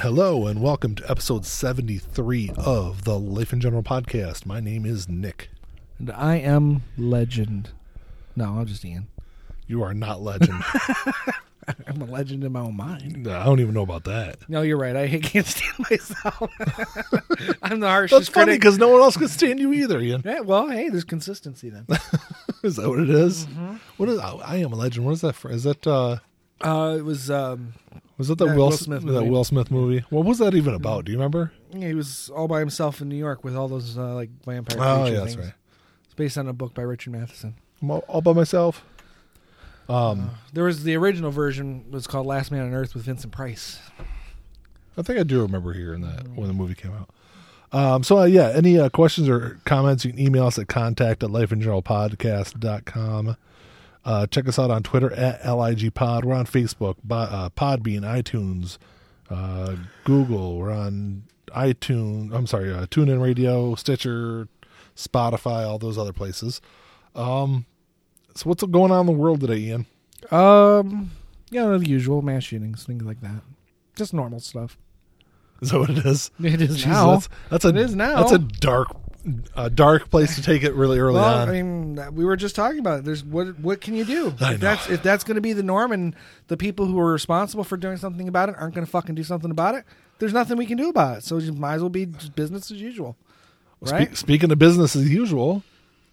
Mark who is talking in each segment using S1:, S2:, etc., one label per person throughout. S1: Hello and welcome to episode 73 of the Life in General podcast. My name is Nick.
S2: And I am legend. No, I'm just Ian.
S1: You are not legend.
S2: I'm a legend in my own mind.
S1: No, I don't even know about that.
S2: No, you're right. I can't stand myself. I'm the harshest
S1: That's funny
S2: critic.
S1: because no one else could stand you either, Ian.
S2: Yeah, well, hey, there's consistency then.
S1: Is that what it is?
S2: Mm-hmm.
S1: What is oh, I, I am a legend. What is that for? Is that uh
S2: uh, it was um,
S1: was that the
S2: That
S1: Will,
S2: Will
S1: S-
S2: Smith
S1: that
S2: movie. Mm-hmm.
S1: Will Smith movie? What was that even about? Do you remember?
S2: he was all by himself in New York with all those uh, like vampire.
S1: Oh,
S2: creature
S1: yeah, that's
S2: things.
S1: right.
S2: It's based on a book by Richard Matheson.
S1: I'm all, all by myself. Um
S2: There was the original version was called Last Man on Earth with Vincent Price.
S1: I think I do remember hearing that when the movie came out. Um, so, uh, yeah, any uh, questions or comments, you can email us at contact at lifeingeneralpodcast.com. Uh, check us out on Twitter at LIGpod. We're on Facebook, bo- uh, Podbean, iTunes, uh, Google. We're on iTunes, I'm sorry, uh, TuneIn Radio, Stitcher, Spotify, all those other places. Um, so, what's going on in the world today, Ian?
S2: Um, yeah, the usual mass shootings, things like that, just normal stuff.
S1: Is that what it is?
S2: It is
S1: Jeez,
S2: now.
S1: that's, that's a,
S2: It is now.
S1: That's a dark, a dark place to take it really early
S2: well,
S1: on.
S2: I mean, that- we were just talking about it. There's what what can you do?
S1: I know.
S2: If that's if that's going to be the norm, and the people who are responsible for doing something about it aren't going to fucking do something about it. There's nothing we can do about it. So you might as well be just business as usual,
S1: Spe-
S2: right?
S1: speaking of business as usual,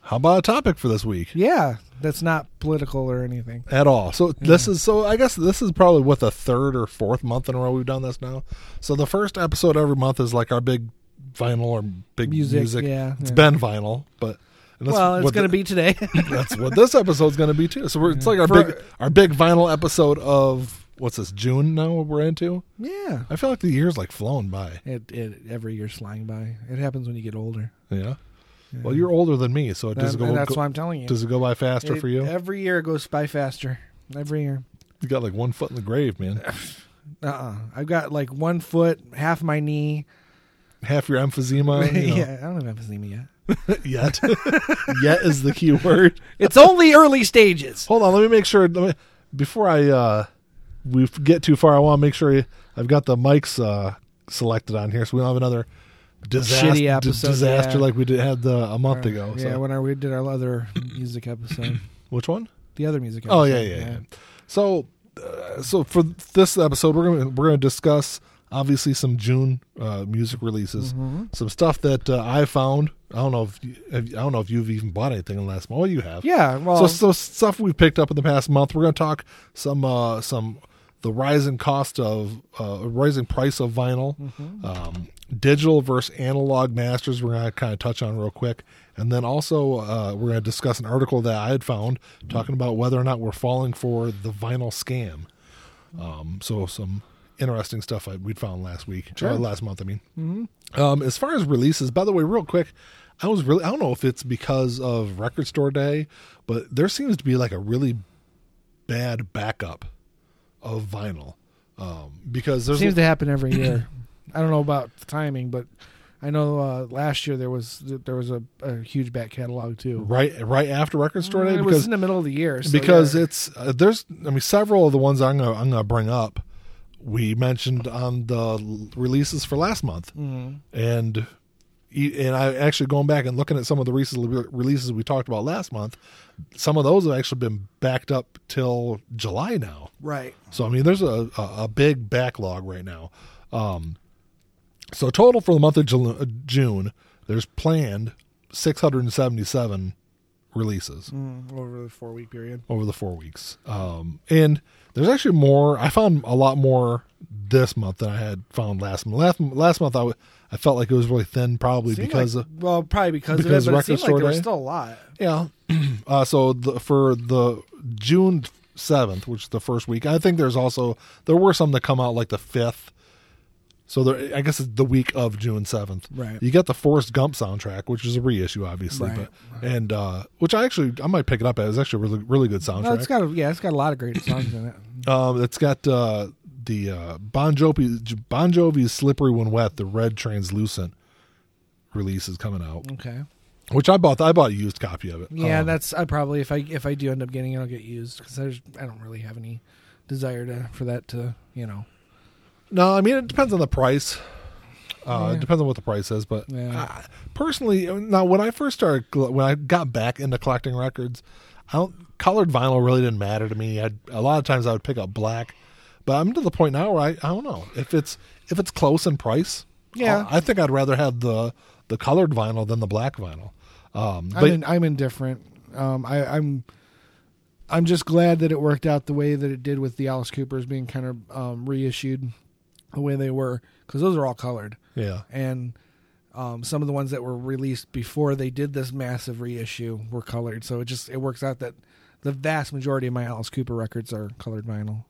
S1: how about a topic for this week?
S2: yeah, that's not political or anything.
S1: At all. So this is so I guess this is probably what the third or fourth month in a row we've done this now. So the first episode every month is like our big vinyl or big music.
S2: Music, yeah,
S1: it's
S2: yeah.
S1: been vinyl, but and that's
S2: well, it's
S1: what
S2: going to
S1: the-
S2: be today.
S1: that's what this episode's going to be too. So we're, it's like our
S2: For-
S1: big our big vinyl episode of what's this June now we're into.
S2: yeah,
S1: I feel like the year's like flown by.
S2: it, it every year's flying by. It happens when you get older.
S1: Yeah. Well, you're older than me, so it does
S2: And-
S1: go.
S2: and that's
S1: go-
S2: why I'm telling you.
S1: does it go by faster
S2: It-
S1: for you?
S2: Every year it goes by faster. Every year.
S1: You got like one foot in the grave, man.
S2: Uh uh-uh. uh. i have got like one foot, half my knee.
S1: Half your
S2: Oh,
S1: emphysema. You know,
S2: yeah, I don't have emphysema yet.
S1: Yet, yet is the key word.
S2: It's only early stages.
S1: Hold on, let me make sure. Let me, before I uh, we f- get too far, I want to make sure I've got the mics uh, selected on here, so we don't have another disaster,
S2: Shitty episode,
S1: disaster
S2: yeah.
S1: like we did had the, a month ago. So.
S2: Yeah, when our, we did our other music episode,
S1: Which one?
S2: the other music. episode.
S1: Oh yeah, yeah, yeah. So, uh, so for this episode, we're gonna we're gonna discuss obviously some June uh, music releases, some stuff that uh, I found. I don't know if you, if- I don't know if you've even bought anything in the last month. Well, you have.
S2: Yeah,
S1: so,
S2: well,
S1: so stuff we've picked up in the past month. We're gonna talk some uh, some the rising cost of uh, rising price of vinyl. Um, digital versus analog masters we're going to kind of touch on real quick and then also uh, we're going to discuss an article that i had found talking about whether or not we're falling for the vinyl scam um, so some interesting stuff I, we'd found last week or last month i mean um, as far as releases by the way real quick i was really i don't know if it's because of record store day but there seems to be like a really bad backup of vinyl um, because there's
S2: seems to happen every year. I don't know about the timing, but I know uh, last year there was there was a, a huge back catalog too.
S1: right right after record store day
S2: It
S1: because
S2: was in the middle of the year so
S1: because
S2: yeah.
S1: it's uh, there's I mean several of the ones I'm gonna I'm gonna bring up we mentioned on the l- releases for last month
S2: Mm-hmm.
S1: and e- and I actually going back and looking at some of the recent re- releases we talked about last month some of those have actually been backed up till July now
S2: right.
S1: so I mean, there's a a, a big backlog right now. Um, so total for the month of Jul- uh, June, there's planned 677 releases
S2: Mm, over the four week period.
S1: over the four weeks, um, and there's actually more. I found a lot more this month than I had found last month. Last, last month, I w- I felt like it was really thin, probably
S2: Seemed
S1: because
S2: like-
S1: of,
S2: well, probably because,
S1: because
S2: of it, but
S1: Record
S2: it seemed like
S1: Store
S2: there was
S1: Day?
S2: still a lot.
S1: yeah. uh, so the, for the June seventh, which is the first week, I think there's also there were some that come out like the fifth. So there, I guess it's the week of June seventh.
S2: Right.
S1: You got the Forrest Gump soundtrack, which is a reissue, obviously,
S2: Right.
S1: but and uh, which I actually I might pick it up. It was actually a really really good soundtrack.
S2: No, it's got a, yeah, it's got a lot of great songs in it.
S1: Um, it's got uh, the uh, Bon Jovi Bon Jovi's "Slippery When Wet," the red translucent release is coming out,
S2: Okay.
S1: which I bought. I bought a used copy of it.
S2: Yeah,
S1: Um,
S2: that's I probably if I if I do end up getting it, I'll get used because I don't really have any desire to for that to you know
S1: No, I mean it depends on the price. Uh, It depends on what the price is, but
S2: Yeah.
S1: I- personally, now when I first started, coll- when I got back into collecting records, I don't colored vinyl really didn't matter to me. I a lot of times I would pick up black, but I'm to the point now where I, I don't know if it's if it's close in price.
S2: Yeah.
S1: I, I think I'd rather have the the colored vinyl than the black vinyl. Um,
S2: I'm,
S1: but
S2: in, I'm indifferent. Um, I, I'm I'm just glad that it worked out the way that it did with the Alice Coopers being kind of um, reissued the way they were because those are all colored
S1: yeah,
S2: and um, some of the ones that were released before they did this massive reissue were colored. So it just it works out that the vast majority of my Alice Cooper records are colored vinyl.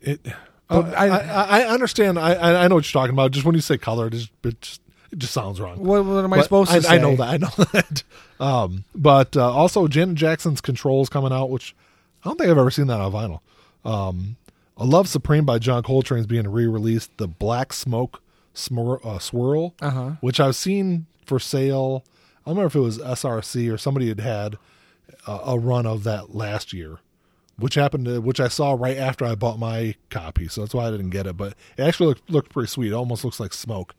S1: It.
S2: But
S1: Uh, I,
S2: I-
S1: I I understand. I- I I know what you're talking about. Just when you say colored, it just it just, it just sounds wrong.
S2: What, what am I
S1: But
S2: supposed to
S1: I,
S2: say?
S1: I know that. I know that. Um, but uh, also, Janet Jackson's "Controls" coming out, which I don't think I've ever seen that on vinyl. Um, "A Love Supreme" by John Coltrane is being re-released. The Black Smoke Smir- uh, Swirl,
S2: Uh-huh.
S1: which I've seen for sale. I don't remember if it was SRC or somebody had had a, a run of that last year, which happened to which I saw right after I bought my copy, so that's why I didn't get it. But it actually looked, looked pretty sweet. It almost looks like smoke.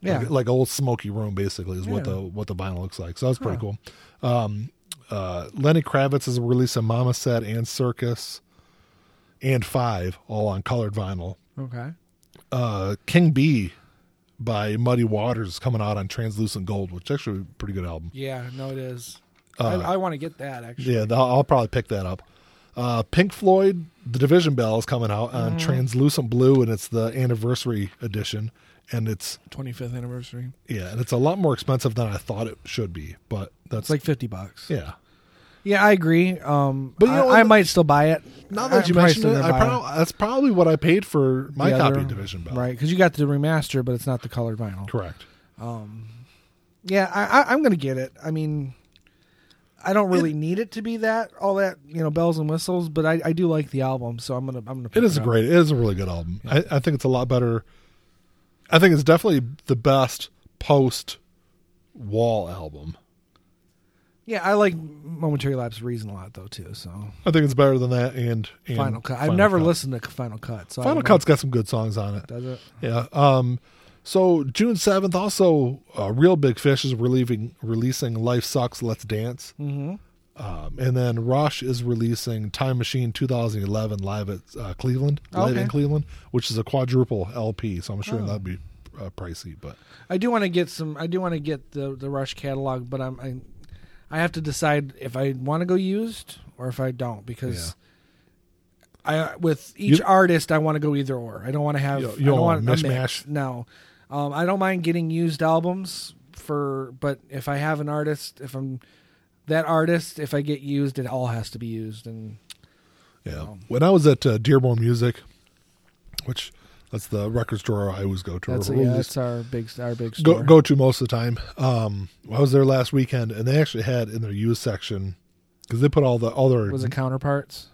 S2: Yeah.
S1: Like, like old smoky room basically is what
S2: Yeah.
S1: the what the vinyl looks like. So that's pretty cool. Um, uh, Lenny Kravitz has released a Mama set and Circus and Five all on colored vinyl.
S2: Okay.
S1: Uh, King B by Muddy Waters is coming out on translucent gold, which is actually a pretty good album.
S2: Yeah. No, it is. I, I want to get that actually.
S1: Yeah, th- I'll probably pick that up. Uh, Pink Floyd, The Division Bell is coming out on
S2: Mm-hmm.
S1: translucent blue, and it's the anniversary edition, and it's
S2: 25th anniversary.
S1: yeah, and it's a lot more expensive than I thought it should be, but that's
S2: It's like 50 bucks.
S1: yeah.
S2: Yeah, I agree. Um,
S1: But
S2: but
S1: you know what?
S2: I, I might still buy it.
S1: Now
S2: I-
S1: that you
S2: I'm probably
S1: mentioned
S2: still
S1: it,
S2: gonna
S1: I
S2: buy
S1: prob- that's probably what I paid for my
S2: the
S1: copy
S2: other-
S1: of Division Bell.
S2: right? Because you got the remaster, but it's not the colored vinyl.
S1: Correct.
S2: Yeah, I, I, I'm gonna get it. I mean, I don't really need it to be that all that you know bells and whistles, but I, I do like the album, so I'm gonna I'm gonna. Pick
S1: It is a
S2: up.
S1: great. It is a really good album. I, I think it's a lot better. I think it's definitely the best post Wall album.
S2: Yeah, I like Momentary Lapse of Reason a lot though too. So
S1: I think it's better than that and, and
S2: Final Cut. I've never
S1: Cut.
S2: listened to Final Cut. So I
S1: Final
S2: don't know.
S1: Cut's got some good songs on it.
S2: does it.
S1: Yeah. Um, so June seventh, also uh, Real Big Fish is relieving, releasing Life Sucks, Let's Dance,
S2: Mm-hmm.
S1: um, and then Rush is releasing Time Machine 2011 live at uh, Cleveland, live
S2: Okay.
S1: in Cleveland, which is a quadruple LP. So I'm sure
S2: Oh.
S1: that'd be uh, pricey, but
S2: I do want to get some. I do want to get the the Rush catalog, but I'm I, I have to decide if I want to go used or if I don't because. I with each
S1: You-
S2: artist, I want to go either or. I don't want to have.
S1: You- you
S2: I
S1: don't
S2: don't
S1: want
S2: want a mix.
S1: mishmash?
S2: No, um, I don't mind getting used albums for, but if I have an artist, if I'm that artist, if I get used, it all has to be used. And
S1: yeah.
S2: Oh.
S1: When I was at uh, Dearborn Music, which that's the record store I always go to. or
S2: that's
S1: we'll
S2: yeah,
S1: just-
S2: that's our big our big
S1: go,
S2: store.
S1: go to most of the time. Um, I was there last weekend, and they actually had in their used section because they put all the all their
S2: Was it counterparts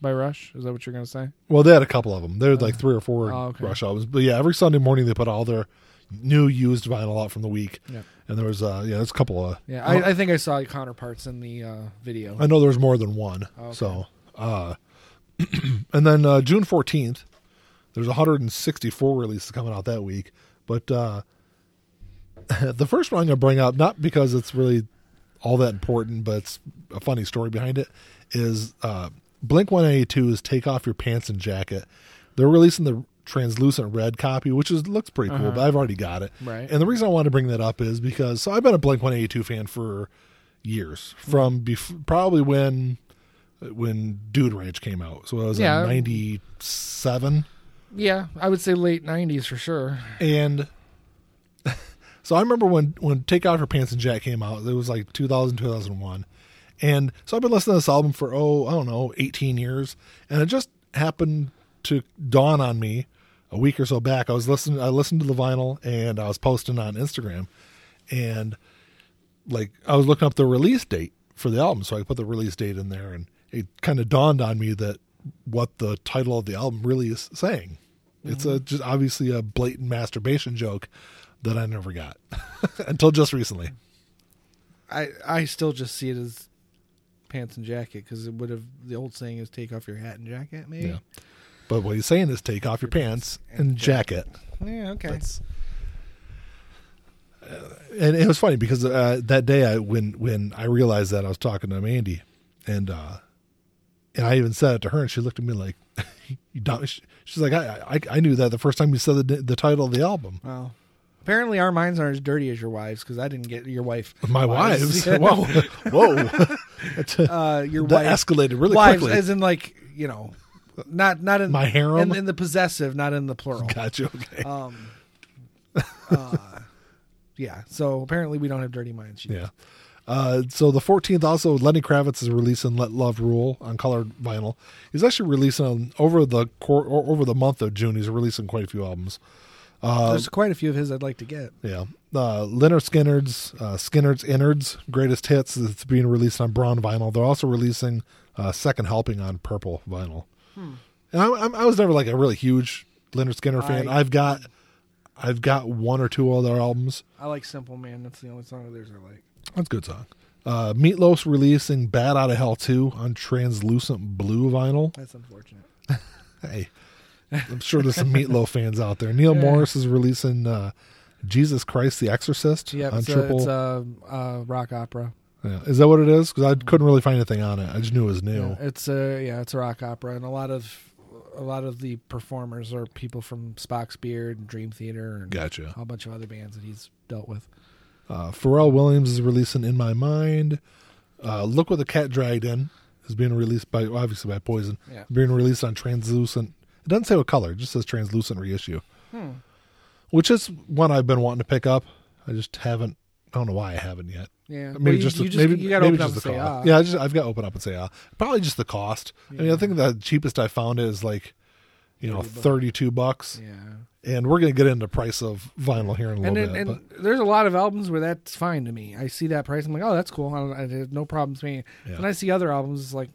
S2: by Rush? Is that what you're gonna say?
S1: well, they had a couple of them. There was like three or four
S2: oh, okay.
S1: rush albums, but yeah, every Sunday morning they put all their new used vinyl out from the week,
S2: Yeah.
S1: and there was uh, yeah, there's a couple of
S2: Yeah,
S1: I,
S2: I, I think I saw counterparts in the uh, video.
S1: I know there's more than one.
S2: Oh, Okay.
S1: So, uh, and then uh, June 14th, there's 164 releases coming out that week, but uh, the first one I'm going to bring up, not because it's really all that important, but it's a funny story behind it, is uh, Blink 182's Take Off Your Pants and Jacket. They're releasing the translucent red copy, which is looks pretty cool, but I've already got it.
S2: Uh-huh. Right.
S1: And the reason I wanted to bring that up is because so I've been a Blink 182 fan for years, from bef- probably when when Dude Ranch came out. So I was
S2: Yeah.
S1: in 97
S2: Yeah, I would say late '90s for sure.
S1: and so I remember when when Take Off Your Pants and Jack came out, it was like 2000 2001. And so I've been listening to this album for oh, I don't know, 18 years, and it just happened to dawn on me a week or so back. I was listening I listened to the vinyl and I was posting on Instagram and like I was looking up the release date for the album, so I put the release date in there, and it kind of dawned on me that what the title of the album really is saying. It's a just obviously a blatant masturbation joke that I never got until just recently.
S2: I I still just see it as pants and jacket because it would have the old saying is take off your hat and jacket maybe.
S1: Yeah. But what he's saying is take off your pants and jacket.
S2: Yeah, okay.
S1: That's, uh, and it was funny because uh, that day I when when I realized that I was talking to Mandy, and uh, and I even said it to her, and she looked at me like, you don't- she- she's like, I, I I knew that the first time you said the the title of the album.
S2: Wow. Apparently, our minds aren't as dirty as your wives because I didn't get your wife.
S1: My wives,
S2: Yeah.
S1: whoa, whoa, That's-
S2: Uh, your
S1: that
S2: wife.
S1: escalated really
S2: wives,
S1: quickly.
S2: as in like you know, not not in
S1: My harem?
S2: in, in the possessive, not in the plural.
S1: gotcha. Okay.
S2: Um. uh, yeah. So apparently, we don't have dirty minds. you
S1: Yeah. Uh, so the 14th, also Lenny Kravitz is releasing "Let Love Rule" on colored vinyl. He's actually releasing on, over the cor- or over the month of June. He's releasing quite a few albums.
S2: There's quite a few of his I'd like to get.
S1: Yeah, uh, Leonard Skinner's uh, Skinner's Innards Greatest Hits is being released on brown vinyl. They're also releasing uh, Second Helping on purple vinyl.
S2: Hmm.
S1: And I, I'm- I was never like a really huge Leonard Skinner fan.
S2: I-
S1: I've got I've got one or two of their albums.
S2: I like Simple Man. That's the only song of theirs I like.
S1: That's a good song. Uh, Meatloaf's releasing "Bad Out of Hell" two on translucent blue vinyl.
S2: That's unfortunate.
S1: Hey, I'm sure there's some Meatloaf fans out there. Neil
S2: Yeah.
S1: Morris is releasing uh, "Jesus Christ the Exorcist"
S2: Yeah,
S1: on
S2: it's, a,
S1: triple.
S2: it's a, uh, rock opera.
S1: yeah. Is that what it is? Because I couldn't really find anything on it. I just knew it was new.
S2: Yeah, it's a yeah, it's a rock opera, and a lot of a lot of the performers are people from Spock's Beard and Dream Theater and a
S1: Gotcha.
S2: whole bunch of other bands that he's dealt with.
S1: Uh, Pharrell Williams is releasing "In My Mind." Uh, "Look What the Cat Dragged In" is being released by obviously by Poison.
S2: Yeah.
S1: Being released on translucent. It doesn't say what color. It just says translucent reissue.
S2: Hmm.
S1: which is one I've been wanting to pick up. I just haven't. I don't know why I haven't yet.
S2: Yeah,
S1: Maybe
S2: Well, you,
S1: just,
S2: you
S1: the-
S2: just
S1: maybe,
S2: you gotta
S1: maybe
S2: open up
S1: just
S2: and
S1: the
S2: say ah.
S1: cost. Yeah, I just I've got to open up and say ah. Probably just the cost. I mean, I
S2: Yeah.
S1: think the cheapest I found is like, you know,
S2: 30 bucks.
S1: thirty-two bucks,
S2: yeah.
S1: and we're gonna get into price of vinyl here in a little
S2: And, then,
S1: bit.
S2: and there's a lot of albums where that's fine to me. I see that price. I'm like, oh, that's cool. I, don't, I have no problems paying. it.
S1: Yeah.
S2: And I see other albums. It's like,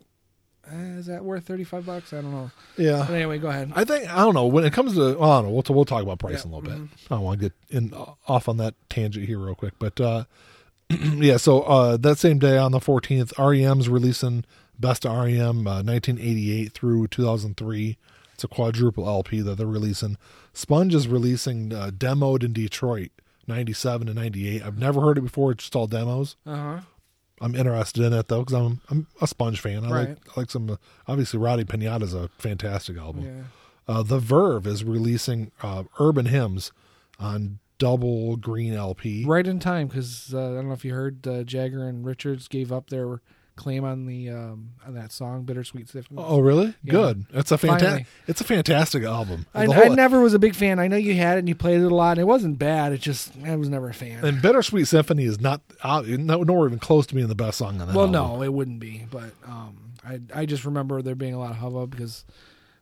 S2: eh, is that worth 35 bucks? I don't know.
S1: but, yeah,
S2: But anyway, go ahead.
S1: I think I don't know when it comes to. Well, I don't know. We'll, we'll talk about price in
S2: Yeah, mm-hmm.
S1: a little bit. I don't want to get in uh, off on that tangent here real quick, but uh, yeah. So uh, that same day on the 14th, REM's releasing Best of REM uh, 1988 through 2003. It's a quadruple LP that they're releasing. Sponge is releasing uh, demoed in Detroit 97 to 98. I've never heard it before. It's just all demos.
S2: Uh huh.
S1: I'm interested in it though because I'm I'm a Sponge fan. I like
S2: Right.
S1: I like some obviously Roddy Pinata's a fantastic album.
S2: Yeah.
S1: Uh, the Verve is releasing uh, Urban Hymns on Double Green LP.
S2: Right in time because uh, I don't know if you heard uh, Jagger and Richards gave up their claim on the um, on that song "Bittersweet Symphony."
S1: Oh, really?
S2: Yeah.
S1: Good. It's a fantastic.
S2: Finally.
S1: It's a fantastic album.
S2: I,
S1: The
S2: I
S1: whole-
S2: never was a big fan. I know you had it and you played it a lot. And it wasn't bad. It just I was never a fan.
S1: and Bittersweet Symphony is not out, no, nowhere even close to being the best song on that.
S2: well,
S1: album.
S2: no, it wouldn't be. But um, I I just remember there being a lot of hubbub because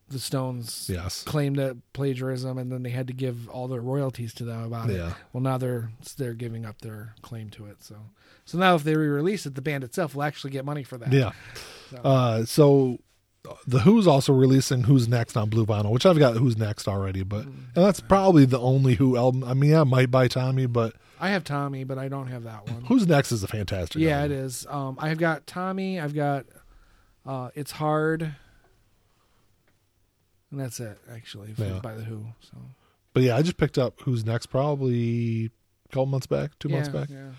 S2: the Stones
S1: Yes.
S2: claimed that plagiarism, and then they had to give all their royalties to them about
S1: Yeah.
S2: it. Well, now they're they're giving up their claim to it. So so now if they re-release it, the band itself will actually get money for that.
S1: Yeah. Uh, so the Who's also releasing Who's Next on Blue Vinyl, which I've got Who's Next already, but
S2: Mm.
S1: and that's probably the only Who album. I mean, I might buy Tommy, but
S2: I have Tommy, but I don't have that one.
S1: Who's Next is a fantastic.
S2: Yeah,
S1: album.
S2: it is. Um, I've got Tommy. I've got uh, it's hard, and that's it actually for-
S1: Yeah.
S2: by the Who. So
S1: But yeah, I just picked up Who's Next probably a couple months back, two months
S2: Yeah,
S1: back.
S2: yeah.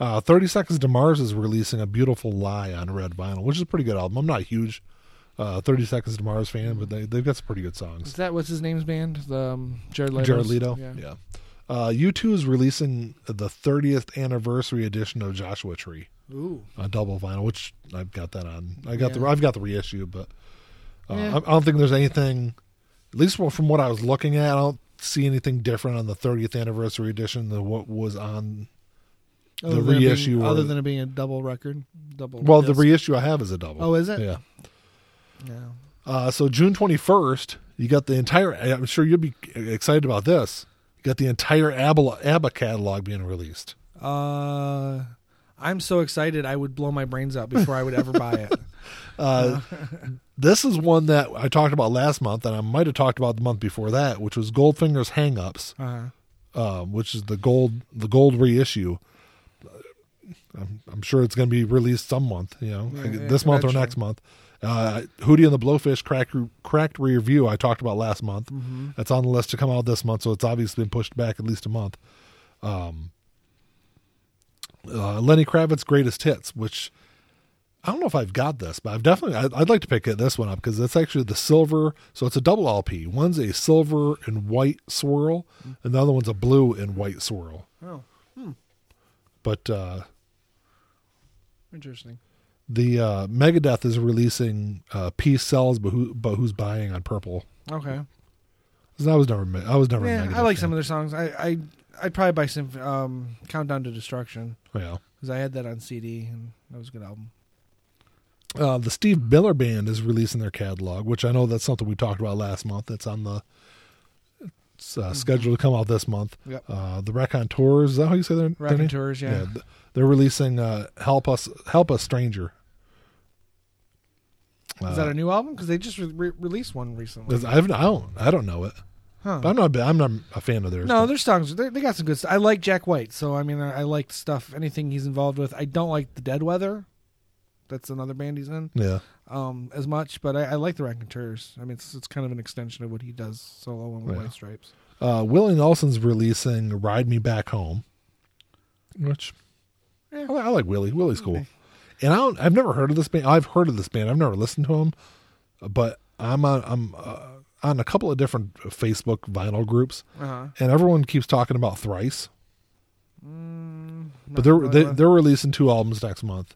S1: Uh, 30 Seconds to Mars is releasing A Beautiful Lie on Red Vinyl, which is a pretty good album. I'm not a huge uh, 30 Seconds to Mars fan, but they, they've got some pretty good
S2: Is
S1: songs.
S2: that what's his name's band? The um, Jared Leto.
S1: Jared Leto. Yeah. Uh, U2 is releasing the 30th anniversary edition of Joshua Tree
S2: Ooh.
S1: on double vinyl, which I've got that on. I got the
S2: Yeah.
S1: I've got the reissue, but uh,
S2: Yeah.
S1: I, I don't think there's anything. At least from- from what I was looking at, I don't see anything different on the 30th anniversary edition than what was on the reissue. or-
S2: other than it being a double record, double.
S1: well, the
S2: disc.
S1: reissue I have is a double.
S2: Oh, is it?
S1: Yeah.
S2: Yeah.
S1: Uh, so June 21st, you got the entire. I'm sure you'll be excited about this. You got the entire ABBA, ABBA catalog being released.
S2: Uh, I'm so excited. I would blow my brains out before I would ever buy it.
S1: Uh, this is one that I talked about last month, and I might have talked about the month before that, which was Goldfinger's Hang Ups,
S2: Uh-huh.
S1: um, which is the gold the gold reissue. Uh, I'm, I'm sure it's going to be released some month, you know,
S2: Yeah,
S1: like
S2: yeah,
S1: this month or
S2: eventually.
S1: next month. Uh, Hootie and the Blowfish crack, cracked rear view I talked about last month.
S2: Mm-hmm.
S1: That's on the list to come out this month, so it's obviously been pushed back at least a month. Um, uh, Lenny Kravitz greatest hits, which I don't know if I've got this, but I've definitely I'd, I'd like to pick it- this one up because it's actually the silver. So it's a double LP. One's a silver and white swirl,
S2: Mm-hmm.
S1: and the other one's a blue and white swirl.
S2: Oh,
S1: But uh,
S2: interesting.
S1: the uh, Megadeth is releasing uh, "Peace Sells," but who but who's buying on Purple?
S2: Okay.
S1: 'Cause I was never Me- I was never. a
S2: Yeah,
S1: Megadeth
S2: I like
S1: fan.
S2: some of their songs. I, I I'd probably buy some um, Countdown to Destruction
S1: Oh, Yeah.
S2: because I had that on CD and that was a good album.
S1: Uh, the Steve Miller Band is releasing their catalog, which I know that's something we talked about last month. That's on the it's, uh, schedule to come out this month.
S2: Mm-hmm. Yep.
S1: Uh, the Raconteurs, is that how you say their, their name?
S2: Rockin' Tours, yeah.
S1: th- they're releasing uh, "Help Us, Help Us, Stranger." uh,
S2: Is that a new album? Because they just re- re- released one recently.
S1: I haven't- I don't. I don't know it.
S2: Huh.
S1: But I'm not. a bi- I'm not a fan of theirs.
S2: No, their songs they they got some good stuff. I like Jack White, so I mean I, I like stuff anything he's involved with. I don't like the Dead Weather. That's another band he's in.
S1: yeah.
S2: Um, as much, but I, I like the Raconteurs. I mean it's, it's kind of an extension of what he does solo and with
S1: Yeah.
S2: White Stripes.
S1: Uh, Willie Nelson's releasing "Ride Me Back Home," which
S2: Yeah.
S1: I, li- I like Willie. Willie's cool, and I don't, I've never heard of this band. I've heard of this band. I've never listened to them, but I'm on I'm uh, on a couple of different Facebook vinyl groups,
S2: Uh-huh.
S1: and everyone keeps talking about Thrice. but they're
S2: Mm, Not Hmm.
S1: they,
S2: familiar with.
S1: they're releasing two albums next month,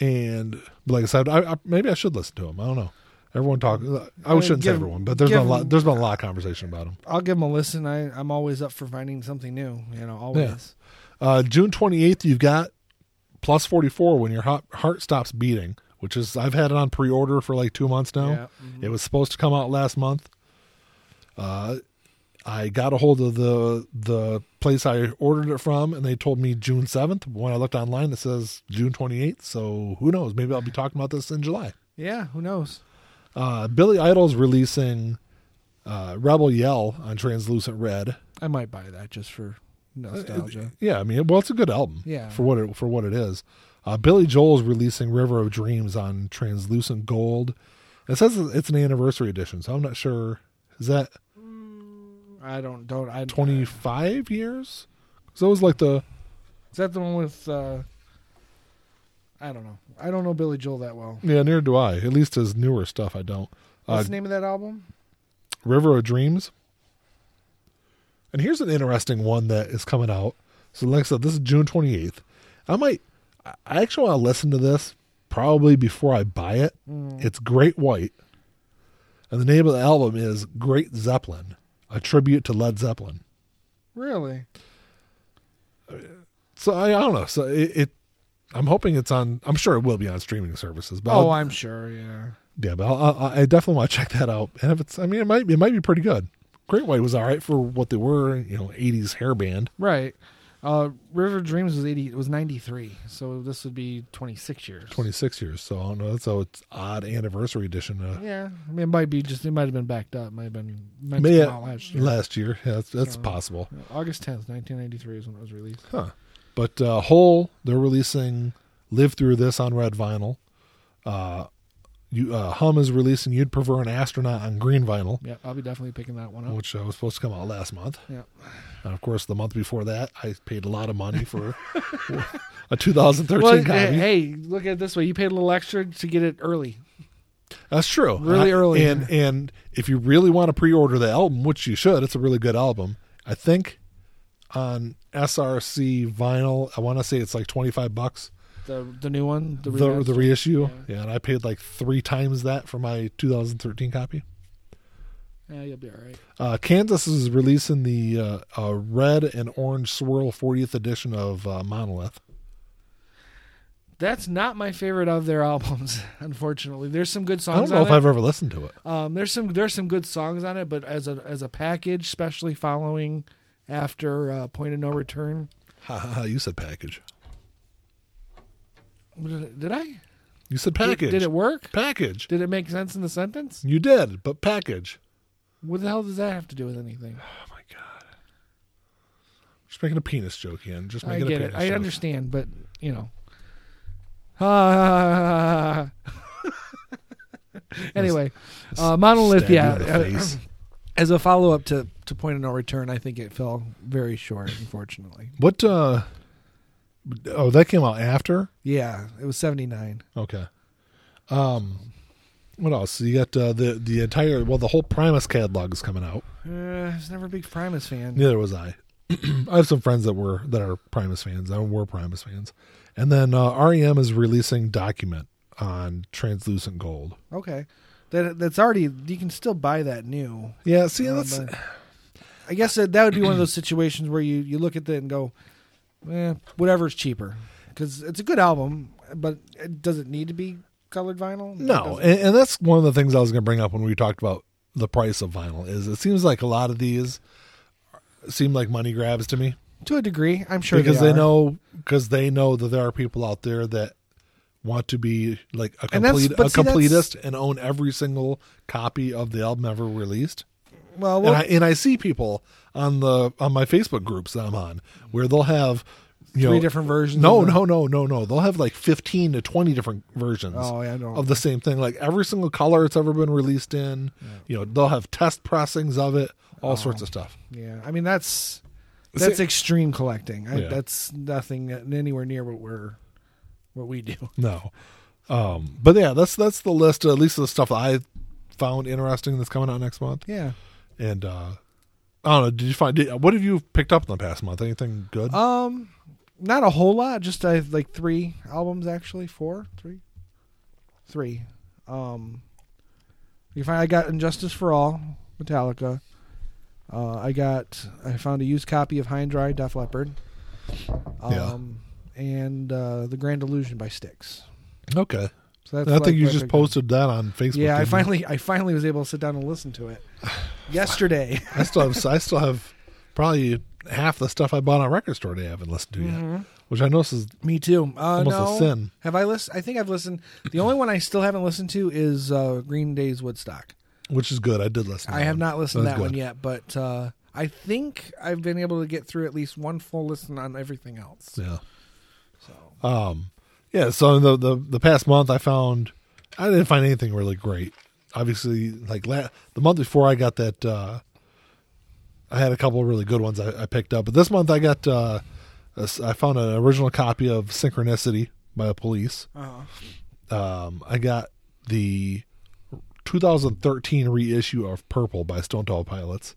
S1: um, and but like I said, I, I, maybe I should listen to them. I don't know. Everyone talk. I
S2: mean,
S1: shouldn't say
S2: give-
S1: everyone, but there's
S2: give
S1: been a lot.
S2: 'em-
S1: There's been a lot of conversation about them.
S2: I'll give them a listen. I, I'm always up for finding something new, you know, always.
S1: Uh, June 28th, you've got plus 44 when your heart, heart stops beating, which is, I've had it on pre order for like two months now.
S2: Yeah.
S1: It was supposed to come out last month. Uh, I got a hold of the the place I ordered it from, and they told me June 7th. When I looked online, it says June 28th. So who knows? Maybe I'll be talking about this in July.
S2: Yeah, who knows?
S1: Uh, Billy Idol's releasing uh, Rebel Yell on Translucent Red.
S2: I might buy that just for nostalgia.
S1: Yeah, I mean, well, it's a good album.
S2: Yeah.
S1: for what it for what it is. Uh, Billy Joel's releasing "River of Dreams" on translucent gold. It says it's an anniversary edition, so I'm not sure. Is that
S2: I don't don't I uh,
S1: 25 years? Because that was like the
S2: Is that the one with uh I don't know. I don't know Billy Joel that well.
S1: yeah. Near do I. At least his newer stuff, I don't.
S2: What's
S1: Uh,
S2: the name of that album?
S1: River of Dreams. And here's an interesting one that is coming out. So, like I said, this is June 28th. I might, I actually want to listen to this probably before I buy it. It's Great White. And the name of the album is Great Zeppelin, a tribute to Led Zeppelin.
S2: Really?
S1: So, I, I don't know. So, it, it, I'm hoping it's on, I'm sure it will be on streaming services. But
S2: Oh,
S1: I'll-
S2: I'm sure, yeah.
S1: Yeah, but I'll, i I definitely want to check that out. And if it's, I mean, it might be, it might be pretty good. Great White was all right for what they were, you know, '80s hair band.
S2: Right. Uh River Dreams was eighty was ninety three, so this would be twenty six years.
S1: 26 years, so I don't know. That's a it's odd anniversary edition. Uh,
S2: Yeah. I mean it might be just it might have been backed up, might have been meant to
S1: may-
S2: come out last
S1: last year.
S2: year.
S1: Yeah, that's, that's
S2: So-
S1: possible.
S2: August tenth, nineteen ninety three is when it was released.
S1: Huh. But uh, Hole, they're releasing "Live Through This" on red vinyl. Uh, you uh, Hum is releasing "You'd Prefer an Astronaut" on green vinyl,
S2: Yeah, I'll be definitely picking that one up.
S1: which uh, was supposed to come out last month.
S2: Yeah.
S1: And of course, the month before that, I paid a lot of money for a 2013
S2: Well,
S1: copy.
S2: hey, hey, look at it this way. You paid a little extra to get it early.
S1: That's true.
S2: Really
S1: I-
S2: early.
S1: And and if you really want to pre-order the album, which you should, it's a really good album. I think on SRC vinyl, I want to say it's like 25 bucks
S2: The the new one, the,
S1: the the,
S2: remastered.
S1: reissue. Yeah.
S2: Yeah.
S1: and I paid like 3 times that for my 2013 copy.
S2: Yeah, you'll be all right.
S1: Uh, Kansas is releasing the uh, uh, red and orange swirl 40th edition of uh, Monolith.
S2: That's not my favorite of their albums, unfortunately. There's some good
S1: I don't
S2: songs
S1: know
S2: on
S1: if
S2: Oh, it.
S1: I've ever listened to it.
S2: Um, there's some there's some good songs on it, but as a as a package, especially following after uh, Point of No Return.
S1: Ha, ha, ha, you said package.
S2: What Did, it- did I?
S1: You said
S2: Did-
S1: package.
S2: Did, it work?
S1: package.
S2: Did it make sense in the sentence?
S1: You did, but package.
S2: What the hell does that have to do with anything?
S1: Oh my god! Just making a penis joke, Ian. Just
S2: I
S1: making
S2: get
S1: a
S2: it.
S1: penis
S2: I
S1: joke.
S2: understand, but you know, Ah. anyway, uh, monolith.
S1: Stab you
S2: Yeah,
S1: in the
S2: uh,
S1: face.
S2: as a follow up to to Point of No Return, I think it fell very short. Unfortunately,
S1: What? uh Oh, that came out after.
S2: yeah, it was seventy nine.
S1: Okay. Um, what else? So you got uh, the the entire well, the whole Primus catalog is coming out.
S2: Uh, I was never a big Primus fan.
S1: Neither was I. I have some friends that were that are Primus fans. I were Primus fans, and then uh, REM is releasing Document on Translucent Gold.
S2: Okay, that that's already you can still buy that new.
S1: Yeah, see,
S2: Uh,
S1: that's
S2: but I guess that, that would be one of those situations where you you look at that and go, eh, whatever's cheaper, because it's a good album, but it, does it need to be colored vinyl? It
S1: no,
S2: doesn't.
S1: and, and that's one of the things I was going to bring up when we talked about the price of vinyl. Is it seems like a lot of these seem like money grabs to me.
S2: to a degree, I'm sure
S1: because they,
S2: are.
S1: know because they know that there are people out there that want to be like a
S2: And that's-
S1: complete a
S2: but see, that's-
S1: completist and own every single copy of the album ever released.
S2: Well, well
S1: and I and I see people on the on my Facebook groups that I'm on where they'll have you
S2: three
S1: know,
S2: different versions.
S1: no,
S2: of the-
S1: no, no, no, no. They'll have like fifteen to twenty different versions
S2: Oh, yeah, I know.
S1: of the same thing. Like every single color it's ever been released in. You know, they'll have test pressings of it, all
S2: Oh.
S1: sorts of stuff.
S2: Yeah, I mean that's that's
S1: See-
S2: extreme collecting. I,
S1: Yeah.
S2: That's nothing anywhere near what we're what we do.
S1: No. Um, but yeah, that's that's the list. At least of the stuff that I found interesting that's coming out next month.
S2: Yeah.
S1: And uh, I don't know. Did you find? Did, what have you picked up in the past month? Anything good?
S2: Um, not a whole lot. Just I have, like three albums actually. Four, three, three. Um, you find I got Injustice for All, Metallica. Uh, I got I found a used copy of High and Dry, Def Leppard.
S1: Yeah.
S2: Um, and uh, the Grand Illusion by Styx.
S1: okay.
S2: So that's
S1: I think
S2: like
S1: you
S2: what I
S1: just
S2: picked up.
S1: posted that on Facebook.
S2: Yeah, I
S1: didn't you?
S2: finally, I finally was able to sit down and listen to it yesterday.
S1: I still have. I still have probably half the stuff I bought on Record Store Day I haven't listened to yet,
S2: Mm-hmm.
S1: which I know is
S2: Me too. Uh,
S1: Almost a
S2: no.
S1: sin.
S2: Have I listened? I think I've listened. The only one I still haven't listened to is uh, Green Day's Woodstock.
S1: which is good. I did listen. To
S2: I
S1: that
S2: have
S1: one.
S2: not listened to Oh, that
S1: That's
S2: one
S1: good.
S2: yet, but uh, I think I've been able to get through at least one full listen on everything else.
S1: Yeah.
S2: So
S1: Um, yeah, so in the, the the past month, I found I didn't find anything really great. Obviously, like la- the month before, I got that. Uh, I had a couple of really good ones I, I picked up, but this month I got uh, a s- I found an original copy of Synchronicity by Police.
S2: uh,
S1: Um, I got the 2013 reissue of Purple by Stone Temple Pilots.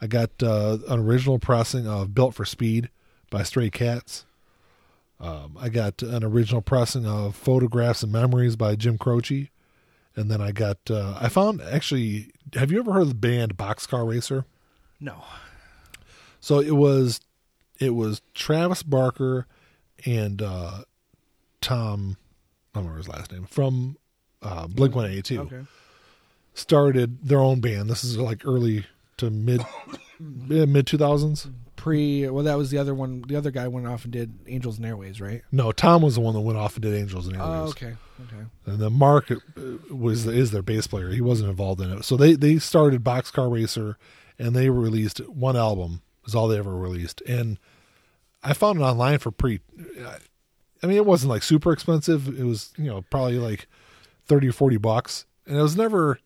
S1: I got uh, an original pressing of Built for Speed by Stray Cats. Um, I got an original pressing of Photographs and Memories by Jim Croce. And then I got, uh, I found actually, have you ever heard of the band Boxcar Racer?
S2: no,
S1: So it was, it was Travis Barker and uh, Tom, I don't remember his last name from uh, Blink One Eighty Two.
S2: okay,
S1: Started their own band. This is like early to mid mid two thousands.
S2: pre. Well, that was the other one. The other guy went off and did Angels and Airways, right?
S1: No, Tom was the one that went off and did Angels and
S2: Oh,
S1: Airwaves.
S2: okay, okay.
S1: And then Mark uh, was is their bass player. He wasn't involved in it. So they they started Boxcar Racer, and they released one album. Is all they ever released. And I found it online for pre. I mean, it wasn't like super expensive. It was you know probably like thirty or forty bucks, and it was never.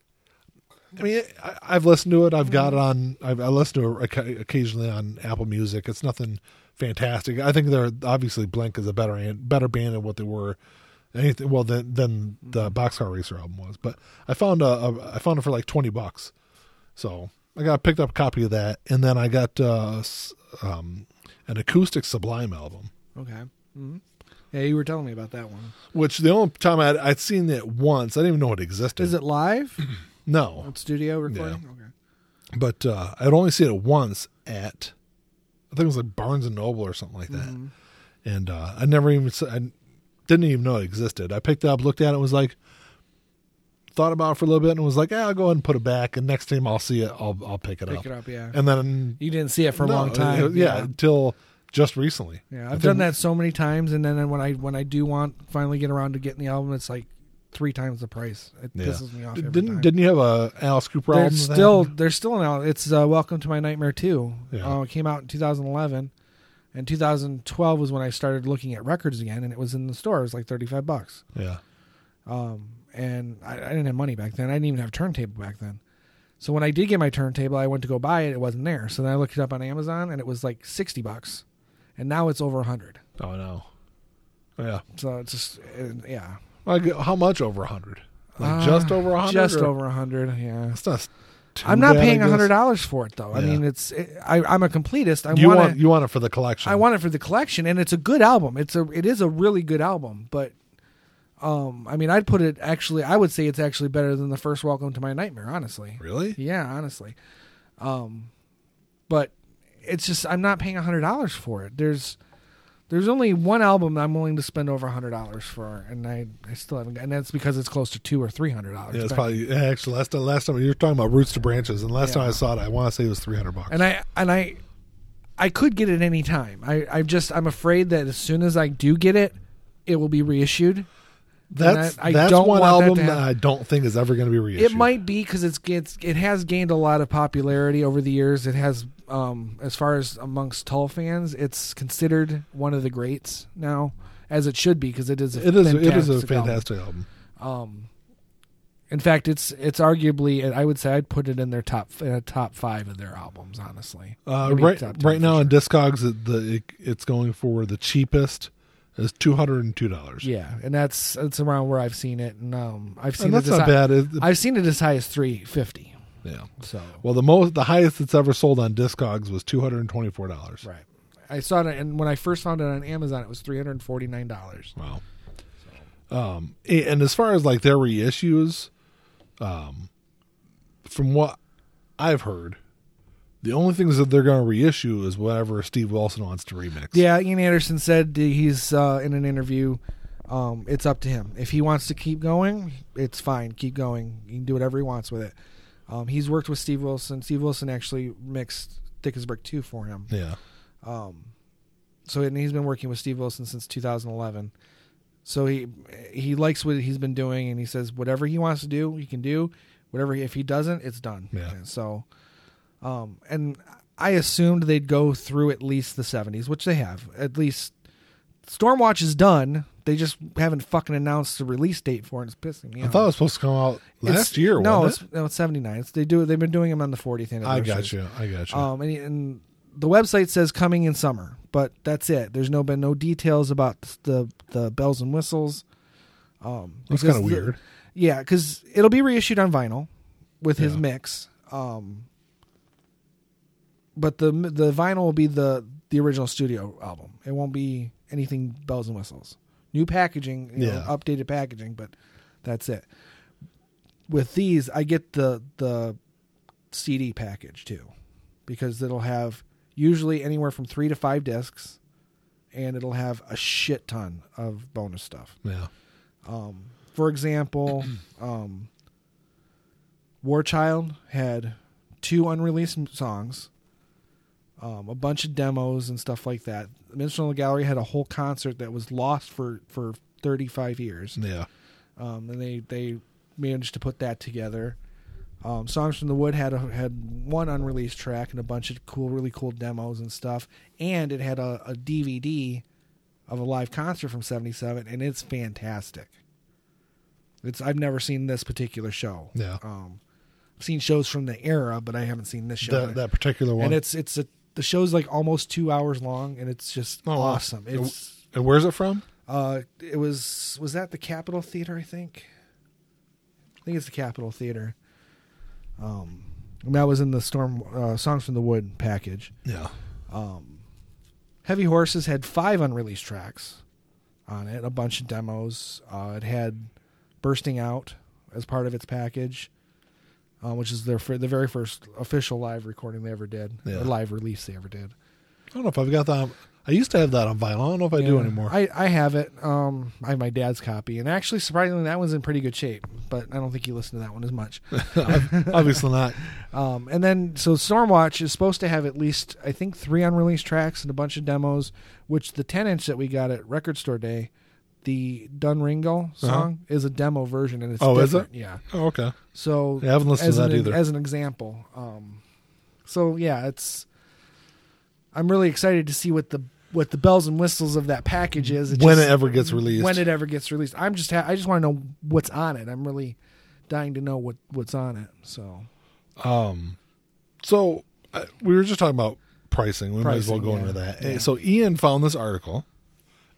S1: I mean, I, I've listened to it. I've got it on. I've I listened to it occa- occasionally on Apple Music. It's nothing fantastic. I think they're obviously Blink is a better an- better band than what they were. Anything well than than
S2: Mm-hmm.
S1: the Boxcar Racer album was, but I found a, a I found it for like twenty bucks, so I got picked up a copy of that, and then I got uh, s- um, an acoustic Sublime album.
S2: Okay. hmm Yeah, you were telling me about that one.
S1: Which the only time I'd, I'd seen it once, I didn't even know it existed.
S2: Is it live?
S1: No,
S2: On studio recording? Okay.
S1: but uh, I'd only seen it once at, I think it was like Barnes and Noble or something like that,
S2: Mm-hmm.
S1: and uh, I never even s- I didn't even know it existed. I picked it up, looked at it, was like, thought about it for a little bit, and was like, yeah, I'll go ahead and put it back, and next time I'll see it, I'll I'll pick it
S2: Pick
S1: up,
S2: it up, yeah.
S1: and then
S2: You didn't see it for a
S1: No,
S2: long time.
S1: it- yeah, until just recently.
S2: Yeah,
S1: I
S2: I've
S1: think-
S2: done that so many times, and then when I when I do want finally get around to getting the album, it's like three times the price. It
S1: Yeah.
S2: pisses me off. Every
S1: didn't
S2: time.
S1: didn't you have a Alice Cooper album?
S2: there's
S1: that
S2: still
S1: happened?
S2: there's still an album. It's uh, Welcome to My Nightmare Two.
S1: Yeah.
S2: Uh, it came out in 2011. And 2012 was when I started looking at records again, and it was in the store. It was like 35 bucks.
S1: Yeah.
S2: Um, and I, I didn't have money back then. I didn't even have a turntable back then. So when I did get my turntable, I went to go buy it. It wasn't there. So then I looked it up on Amazon, and it was like 60 bucks. And now it's over 100.
S1: Oh no. Yeah.
S2: So it's just, uh, yeah.
S1: Like how much over a hundred? Like just
S2: Uh,
S1: over a hundred.
S2: Just
S1: or-
S2: over 100, yeah.
S1: It's not. too
S2: I'm not
S1: bad, I
S2: paying
S1: guess.
S2: hundred dollars for it though. I
S1: Yeah.
S2: mean, it's it, I, I'm a completist. I
S1: You
S2: wanna,
S1: want you want it for the collection.
S2: I want it for the collection, and it's a good album. It's a it is a really good album, but um, I mean, I'd put it actually. I would say it's actually better than the first Welcome to My Nightmare. Honestly,
S1: Really?
S2: yeah, honestly, um, but it's just I'm not paying hundred dollars for it. There's there's only one album that I'm willing to spend over hundred dollars for, and I, I still haven't. got- And that's because it's close to two or three hundred dollars.
S1: Yeah, it's probably actually last time last time you were talking about roots to branches, and last
S2: Yeah.
S1: time I saw it, I want to say it was three hundred bucks.
S2: and I and I I could get it any time. I I just I'm afraid that as soon as I do get it, it will be reissued.
S1: that's
S2: I- I
S1: that's
S2: don't
S1: one
S2: want that
S1: album
S2: to
S1: that,
S2: happen.
S1: I don't think is ever going to be reissued.
S2: It might be because it's it's it has gained a lot of popularity over the years. It has um as far as amongst Tull fans, it's considered one of the greats now, as it should be because it is a
S1: It is it is a fantastic
S2: fantastic album.
S1: album.
S2: Um, in fact, it's it's arguably I would say I'd put it in their top in a top five of their albums. Honestly,
S1: Uh,
S2: Maybe
S1: right
S2: top ten
S1: right
S2: for
S1: now
S2: sure.
S1: on Discogs, it, the it, it's going for the cheapest is two hundred and two dollars.
S2: Yeah, and that's that's around where I've seen it, and um, I've seen
S1: and that's
S2: it as
S1: not
S2: high,
S1: bad. It-
S2: I've seen it as high as three fifty.
S1: yeah.
S2: So
S1: Well, the most the highest that's ever sold on Discogs was two hundred and twenty four dollars.
S2: right, I saw it, and when I first found it on Amazon, it was three hundred forty nine dollars.
S1: Wow. Um, a- and as far as like their reissues, um, from what I've heard, the only things that they're going to reissue is whatever Steve Wilson wants to remix.
S2: Yeah, Ian Anderson said that he's uh, in an interview. Um, it's up to him. If he wants to keep going, it's fine. Keep going. He can do whatever he wants with it. Um, he's worked with Steve Wilson. Steve Wilson actually mixed Thick as Brick two for him.
S1: Yeah.
S2: Um, so and he's been working with Steve Wilson since 2011. So he he likes what he's been doing, and he says whatever he wants to do, he can do. Whatever if he doesn't, it's done.
S1: Yeah.
S2: And so, um, and I assumed they'd go through at least the 70s, which they have. At least Stormwatch is done. They just haven't fucking announced the release date for it. It's pissing me
S1: I
S2: off.
S1: thought it was supposed to come out
S2: It's-
S1: last year.
S2: No,
S1: wasn't
S2: it's, no, it's 79. It's, they do. They've been doing them on the 40th
S1: it?
S2: anniversary.
S1: I got you. I got you.
S2: Um, and, and the website says coming in summer, but that's it. There's no been no details about the the bells and whistles. Um,
S1: That's
S2: because
S1: kind of
S2: the-
S1: weird.
S2: yeah, because it'll be reissued on vinyl with his
S1: Yeah.
S2: mix. Um, but the the vinyl will be the the original studio album. It won't be anything bells and whistles. New packaging, you know,
S1: Yeah.
S2: updated packaging, but that's it. With these, I get the the CD package too, because it'll have usually anywhere from three to five discs, and it'll have a shit ton of bonus stuff.
S1: yeah.
S2: Um, for example, um, War Child had two unreleased m- songs, um, a bunch of demos and stuff like that. The Minstrel Gallery had a whole concert that was lost for, for 35 years,
S1: Yeah.
S2: um, and they, they managed to put that together. Um, Songs from the Wood had a, had one unreleased track and a bunch of cool, really cool demos and stuff, and it had a, a DVD of a live concert from '77, and it's fantastic. It's I've never seen this particular show.
S1: Yeah.
S2: um, I've seen shows from the era, but I haven't seen this show.
S1: That, that particular one.
S2: and it's it's a the show's like almost two hours long, and it's just
S1: Oh, wow.
S2: awesome. It's
S1: and where's it from?
S2: uh, it was was that the Capitol Theater? I think. I think it's the Capitol Theater. Um, and that was in the Storm uh, Songs from the Wood package.
S1: Yeah.
S2: Um, Heavy Horses had five unreleased tracks on it, a bunch of demos. Uh, it had Bursting Out as part of its package, uh, which is their fir- the very first official live recording they ever did,
S1: Yeah.
S2: or live release they ever did.
S1: I don't know if I've got that. On, I used to have that on vinyl. I don't know if I do
S2: Yeah.
S1: anymore.
S2: I, I have it. Um, I have my dad's copy, and actually, surprisingly, that one's in pretty good shape. But I don't think you listen to that one as much.
S1: Obviously not.
S2: Um, and then, so Stormwatch is supposed to have at least, I think, three unreleased tracks and a bunch of demos, which the 10 inch that we got at Record Store Day, the Dunringo song, is a demo version. and it's
S1: Uh-huh. Oh, is
S2: different. Yeah.
S1: Oh, okay.
S2: So,
S1: Yeah, I haven't listened
S2: as,
S1: to that
S2: an,
S1: either.
S2: as an example. Um, so, yeah, it's. I'm really excited to see what the what the bells and whistles of that package is. It
S1: when
S2: just-
S1: it ever gets released.
S2: when it ever gets released. I'm just ha- I just want to know what's on it. I'm really dying to know what what's on it. So
S1: Um, so uh, we were just talking about pricing. We might as well
S2: Pricing,
S1: go
S2: yeah.
S1: into that.
S2: Yeah.
S1: So Ian found this article,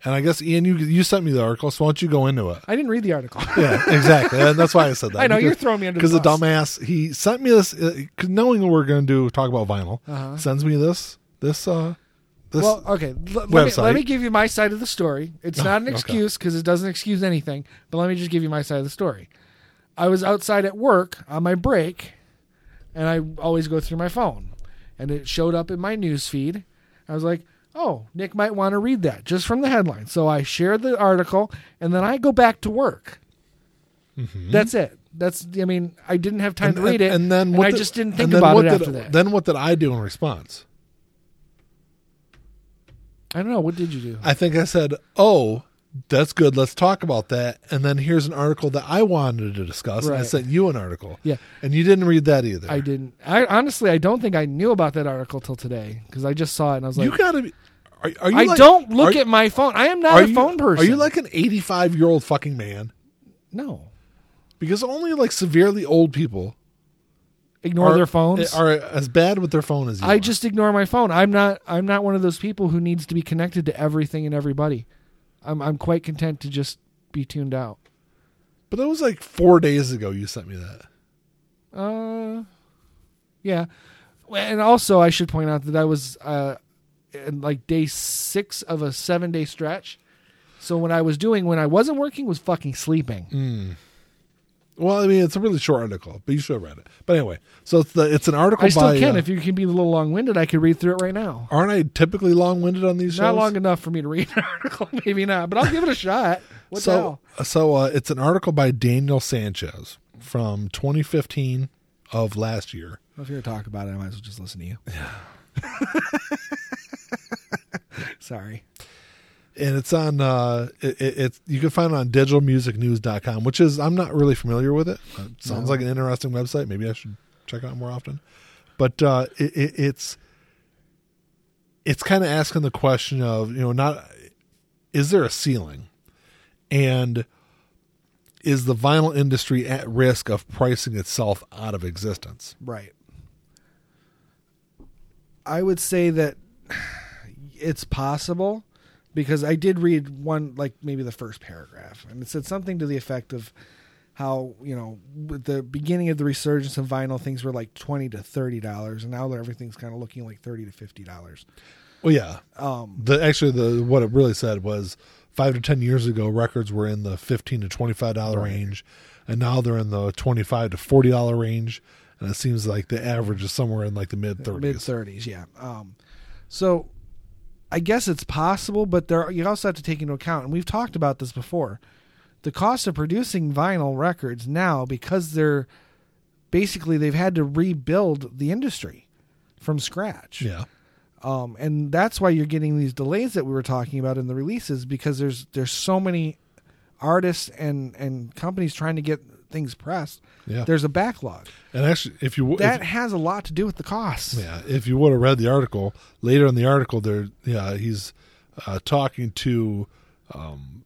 S1: and I guess Ian, you you sent me the article, so why don't you go into it?
S2: I didn't read the article.
S1: yeah, exactly. And that's why I said that.
S2: I know, you're throwing me under the
S1: because
S2: bus.
S1: dumbass he sent me this, uh, 'cause knowing what we're going to do, talk about vinyl.
S2: Uh-huh.
S1: Sends me this, this, uh, this.
S2: Well, okay. l- let, me,
S1: Website.
S2: let me give you my side of the story. It's not an
S1: okay.
S2: excuse because it doesn't excuse anything, but let me just give you my side of the story. I was outside at work on my break, and I always go through my phone, and it showed up in my news feed. I was like, oh, Nick might want to read that just from the headline. So I shared the article, and then I go back to work. That's it. That's, I mean, I didn't have time
S1: Mm-hmm. and,
S2: to read it,
S1: and then what
S2: I
S1: did-
S2: just didn't
S1: and
S2: think
S1: then
S2: about
S1: what
S2: it
S1: did-
S2: after that.
S1: Then what did I do in response?
S2: I don't know. What did you do?
S1: I think I said, "Oh, that's good. Let's talk about that." And then here's an article that I wanted to discuss, and I
S2: Right.
S1: sent you an article.
S2: Yeah.
S1: and you didn't read that either.
S2: I didn't. I honestly, I don't think I knew about that article till today because I just saw it and I was like,
S1: you gotta be. Are, are you
S2: I
S1: like-
S2: don't look
S1: are-
S2: at my phone. I am
S1: are
S2: not a
S1: you-
S2: phone person.
S1: Are you like an 85 year old fucking man?
S2: no?
S1: Because only like severely old people
S2: Ignore
S1: are- eh,
S2: their phones.
S1: are as bad with their phone as you.
S2: I
S1: are.
S2: just ignore my phone. I'm not. I'm not one of those people who needs to be connected to everything and everybody. I'm. I'm quite content to just be tuned out.
S1: But that was like four days ago. You sent me that.
S2: Uh, yeah. Well, And also, I should point out that I was uh, in like day six of a seven day stretch. So what I was doing when I wasn't working was fucking sleeping.
S1: Well, I mean, it's a really short article, but you should have read it. But anyway, so it's the it's an article
S2: I still
S1: by.
S2: can.
S1: uh,
S2: if you can be a little long winded, I could read through it right now.
S1: aren't I typically long winded on these shows?
S2: Not long enough for me to read an article, maybe not, but I'll give it a shot. What the
S1: so
S2: hell?
S1: so uh, it's an article by Daniel Sanchez from 2015 of last year.
S2: If you're gonna talk about it, I might as well just listen to you. Sorry.
S1: and it's on uh it, it, it's you can find it on digitalmusicnews.com which is i'm not really familiar with it Uh, it sounds like an interesting website maybe i should check it out more often but uh it, it, it's it's kind of asking the question of you know not is there a ceiling and is the vinyl industry at risk of pricing itself out of existence
S2: Right. I would say that it's possible because I did read one, like maybe the first paragraph, and it said something to the effect of how you know with the beginning of the resurgence of vinyl things were like 20 to 30 dollars and now they're- everything's kind of looking like 30 to 50 dollars
S1: well yeah
S2: um
S1: the actually the what it really said was five to ten years ago records were in the fifteen to twenty five dollar range, and now they're in the twenty five to forty dollar range, and it seems like the average is somewhere in like the mid
S2: mid
S1: thirties.
S2: 30s yeah um so i guess it's possible but there you also have to take into account and we've talked about this before the cost of producing vinyl records now because they're basically they've had to rebuild the industry from scratch
S1: Yeah,
S2: um, and that's why you're getting these delays that we were talking about in the releases because there's there's so many artists and and companies trying to get things pressed
S1: yeah.
S2: there's a backlog
S1: and actually, if you w-
S2: that
S1: if,
S2: has a lot to do with the costs
S1: yeah, if you would have read the article later in the article, there yeah he's uh, talking to. Um,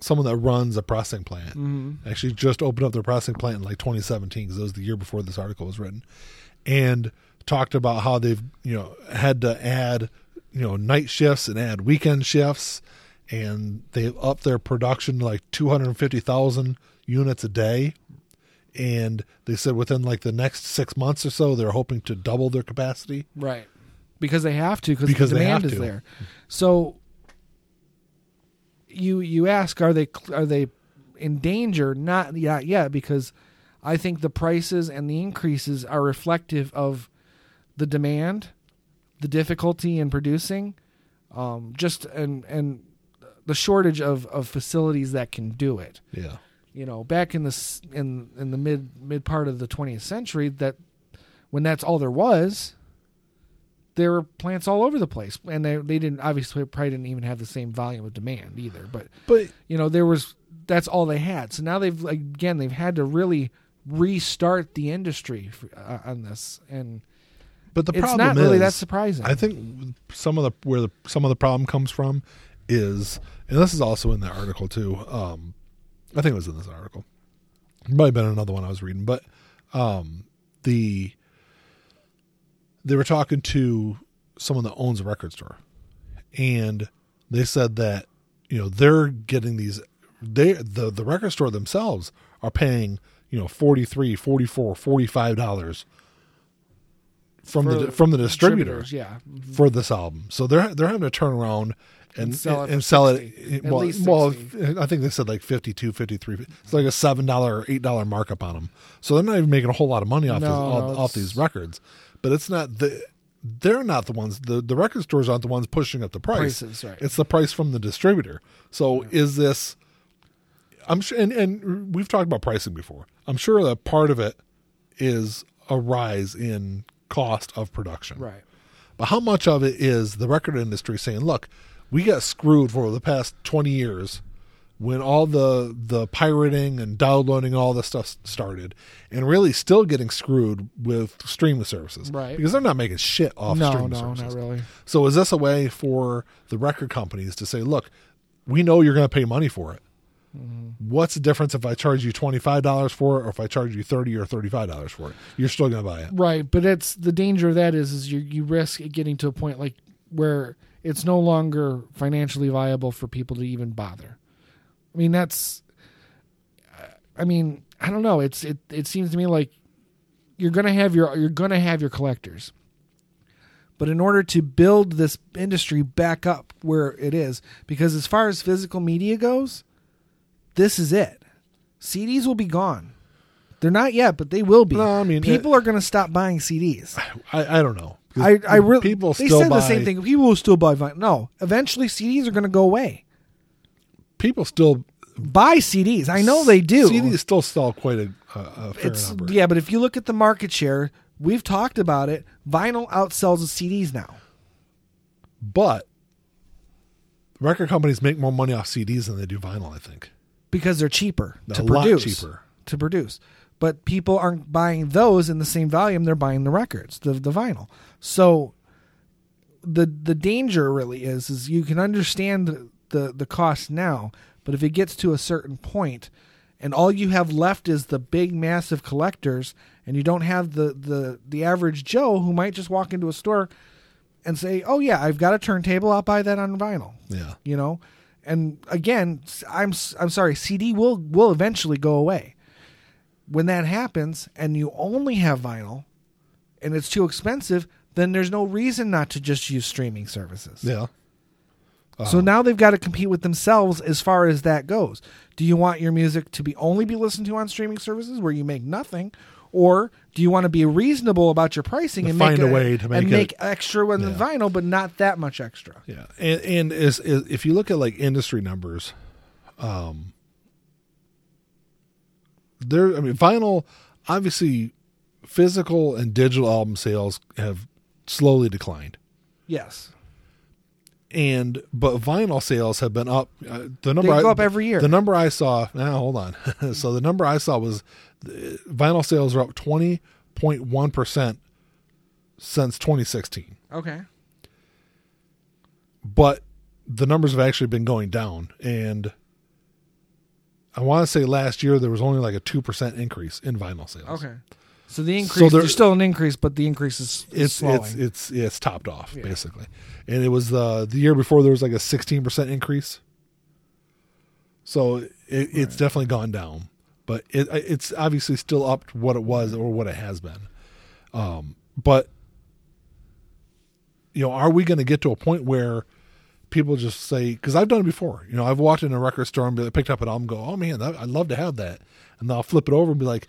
S1: Someone that runs a processing plant actually just opened up their processing plant in like 2017 because it was the year before this article was written. and talked about how they've you know had to add you know night shifts and add weekend shifts and they've upped their production to like 250,000 units a day and they said within like the next 6 months or so they're hoping to double their capacity
S2: Right. Because they have to because
S1: Because
S2: the
S1: they
S2: demand
S1: have
S2: is
S1: to.
S2: there. So you you ask are they are they in danger? Not not yet because I think the prices and the increases are reflective of the demand, the difficulty in producing, um, just and and the shortage of, of facilities that can do it
S1: yeah
S2: you know back in the s- in in the mid mid part of the 20th century that when that's all there was there were plants all over the place and they they didn't obviously probably didn't even have the same volume of demand either but
S1: but
S2: you know there was that's all they had so now they've like, again they've had to really restart the industry for, uh, on this and
S1: but the
S2: it's
S1: problem
S2: not really
S1: is
S2: that surprising
S1: I think some of the where the some of the problem comes from is, and this is also in that article too. Um, I think it was in this article. It might have been another one I was reading, but um, the they were talking to someone that owns a record store, and they said that you know they're getting these they the the record store themselves are paying you know 43 44 45 dollars from
S2: For
S1: the from the distributor
S2: Distributors, yeah.
S1: for this album so they're they're having to turn around and and
S2: sell
S1: sell
S2: it
S1: it, eh,
S2: for 60, at
S1: well,
S2: least
S1: well eh,
S2: 60.
S1: i think they said like 52 53 it's like a seven dollar or eight dollar markup on them so they're not even making a whole lot of money off
S2: No,
S1: this,
S2: no,
S1: off,
S2: it's-
S1: off these records but it's not the they're not the ones the, the record stores aren't the ones pushing up the price
S2: Prices, right.
S1: it's the price from the distributor so is this i'm sure and, and we've talked about pricing before i'm sure that part of it is a rise in cost of production
S2: Right.
S1: but how much of it is the record industry saying, "Look, we got screwed for the past twenty years when all the the pirating and downloading and all this stuff started, and really still getting screwed with streaming services,
S2: Right.
S1: Because they're not making shit off
S2: No,
S1: streaming
S2: no,
S1: services.
S2: not really.
S1: So is this a way for the record companies to say, "Look, we know you're going to pay money for it."
S2: Mm-hmm.
S1: What's the difference if I charge you twenty five dollars for it, or if I charge you thirty or thirty five dollars for it? You're still going to buy it.
S2: Right, but that's the danger of that is is you you risk it getting to a point like where it's no longer financially viable for people to even bother. I mean, that's I mean, I don't know. It's it it seems to me like you're going to have your you're going to have your collectors. But in order to build this industry back up where it is because as far as physical media goes, this is it. CDs will be gone. They're not yet, but they will be.
S1: No, I mean,
S2: people are going to stop buying CDs.
S1: I, I don't know.
S2: uh, I, I really
S1: people
S2: they
S1: still
S2: said
S1: buy,
S2: the same thing. People will still buy vinyl. No, eventually CDs are going to go away.
S1: People still
S2: Buy CDs. I know they do.
S1: CDs still sell quite a, a, a fair
S2: it's
S1: number.
S2: yeah, but if you look at the market share, we've talked about it. Vinyl outsells the CDs now.
S1: But record companies make more money off CDs than they do vinyl. I think
S2: because they're cheaper
S1: A
S2: to
S1: lot
S2: produce.
S1: cheaper.
S2: To produce. But people aren't buying those in the same volume they're buying the records, the the vinyl. So the the danger really is is you can understand the the cost now, but if it gets to a certain point and all you have left is the big massive collectors and you don't have the the the average Joe who might just walk into a store and say, "Oh yeah, I've got a turntable, I'll buy that on vinyl."
S1: Yeah,
S2: you know and again s- i'm s- i'm sorry cd will will eventually go away when that happens and you only have vinyl and it's too expensive then there's no reason not to just use streaming services
S1: yeah. Uh-huh.
S2: so now they've got to compete with themselves as far as that goes do you want your music to be only be listened to on streaming services where you make nothing or do you want to be reasonable about your pricing and
S1: find
S2: make
S1: a
S2: it-
S1: way to make
S2: and
S1: it-
S2: make extra with the
S1: Yeah.
S2: vinyl, but not that much extra?
S1: Yeah, and and is, is if you look at like industry numbers, um, there. I mean, vinyl obviously physical and digital album sales have slowly declined.
S2: Yes,
S1: and but vinyl sales have been up. Uh, the number
S2: They
S1: I-
S2: go up every year.
S1: The number I saw. Now hold on. so the number I saw was uh, vinyl sales are up twenty point one percent since twenty sixteen,
S2: okay,
S1: but the numbers have actually been going down. And I want to say last year there was only like a two percent increase in vinyl sales.
S2: Okay. So the increase,
S1: there-
S2: there's still an increase, but the increase is, is
S1: it's
S2: slowing.
S1: it's it's it's topped off
S2: Yeah.
S1: basically, and it was uh, the the year before there was like a sixteen percent increase. So it, it's definitely gone down, but it it's obviously still up to what it was or what it has been. Um, but you know, are we going to get to a point where people just say? Because I've done it before. You know, I've walked in a record store and be- picked up an album, and go, "Oh man, that, I'd love to have that," and then I'll flip it over and be like,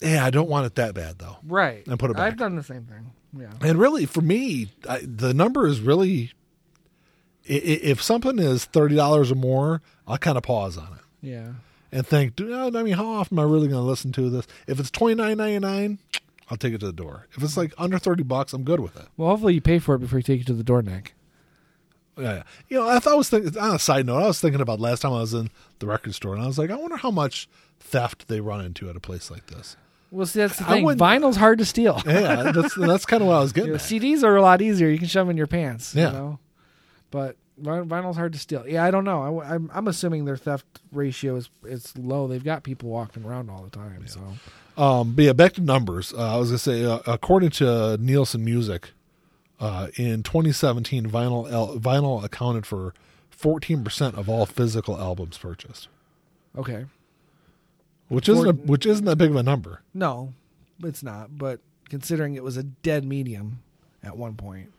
S1: "Yeah, I don't want it that bad though."
S2: right.
S1: and put it
S2: I've
S1: back.
S2: done the same thing. Yeah.
S1: And really, for me, I, the number is really i- i- if something is thirty dollars or more, I'll kind of pause on it
S2: Yeah.
S1: and think, "Do- I mean, how often am I really going to listen to this? If it's twenty nine ninety nine, I'll take it to the door. If it's like under thirty bucks, I'm good with it.
S2: Well, hopefully you pay for it before you take it to the door, Nick.
S1: Yeah, yeah. you know, I, thought I was thinking. On a side note, I was thinking about last time I was in the record store, and I was like, I wonder how much theft they run into at a place like this.
S2: Well, see, that's the
S1: I
S2: thing.
S1: wouldn't-
S2: Vinyl's hard to steal.
S1: Yeah, that's that's kind of what I was
S2: You
S1: getting.
S2: know,
S1: at.
S2: CDs are a lot easier. You can shove 'em in your pants.
S1: Yeah.
S2: You know? But vi- vinyl's hard to steal. Yeah, I don't know. I, am I'm assuming their theft ratio is it's low. They've got people walking around all the time. So
S1: Um, but yeah, back to numbers. Uh, I was gonna say, uh, according to Nielsen Music, uh, in 2017, vinyl el- vinyl accounted for 14 percent of all physical albums purchased,
S2: okay,
S1: which isn't a,
S2: Four-
S1: which isn't that big of a number.
S2: no, it's not. But considering it was a dead medium at one point,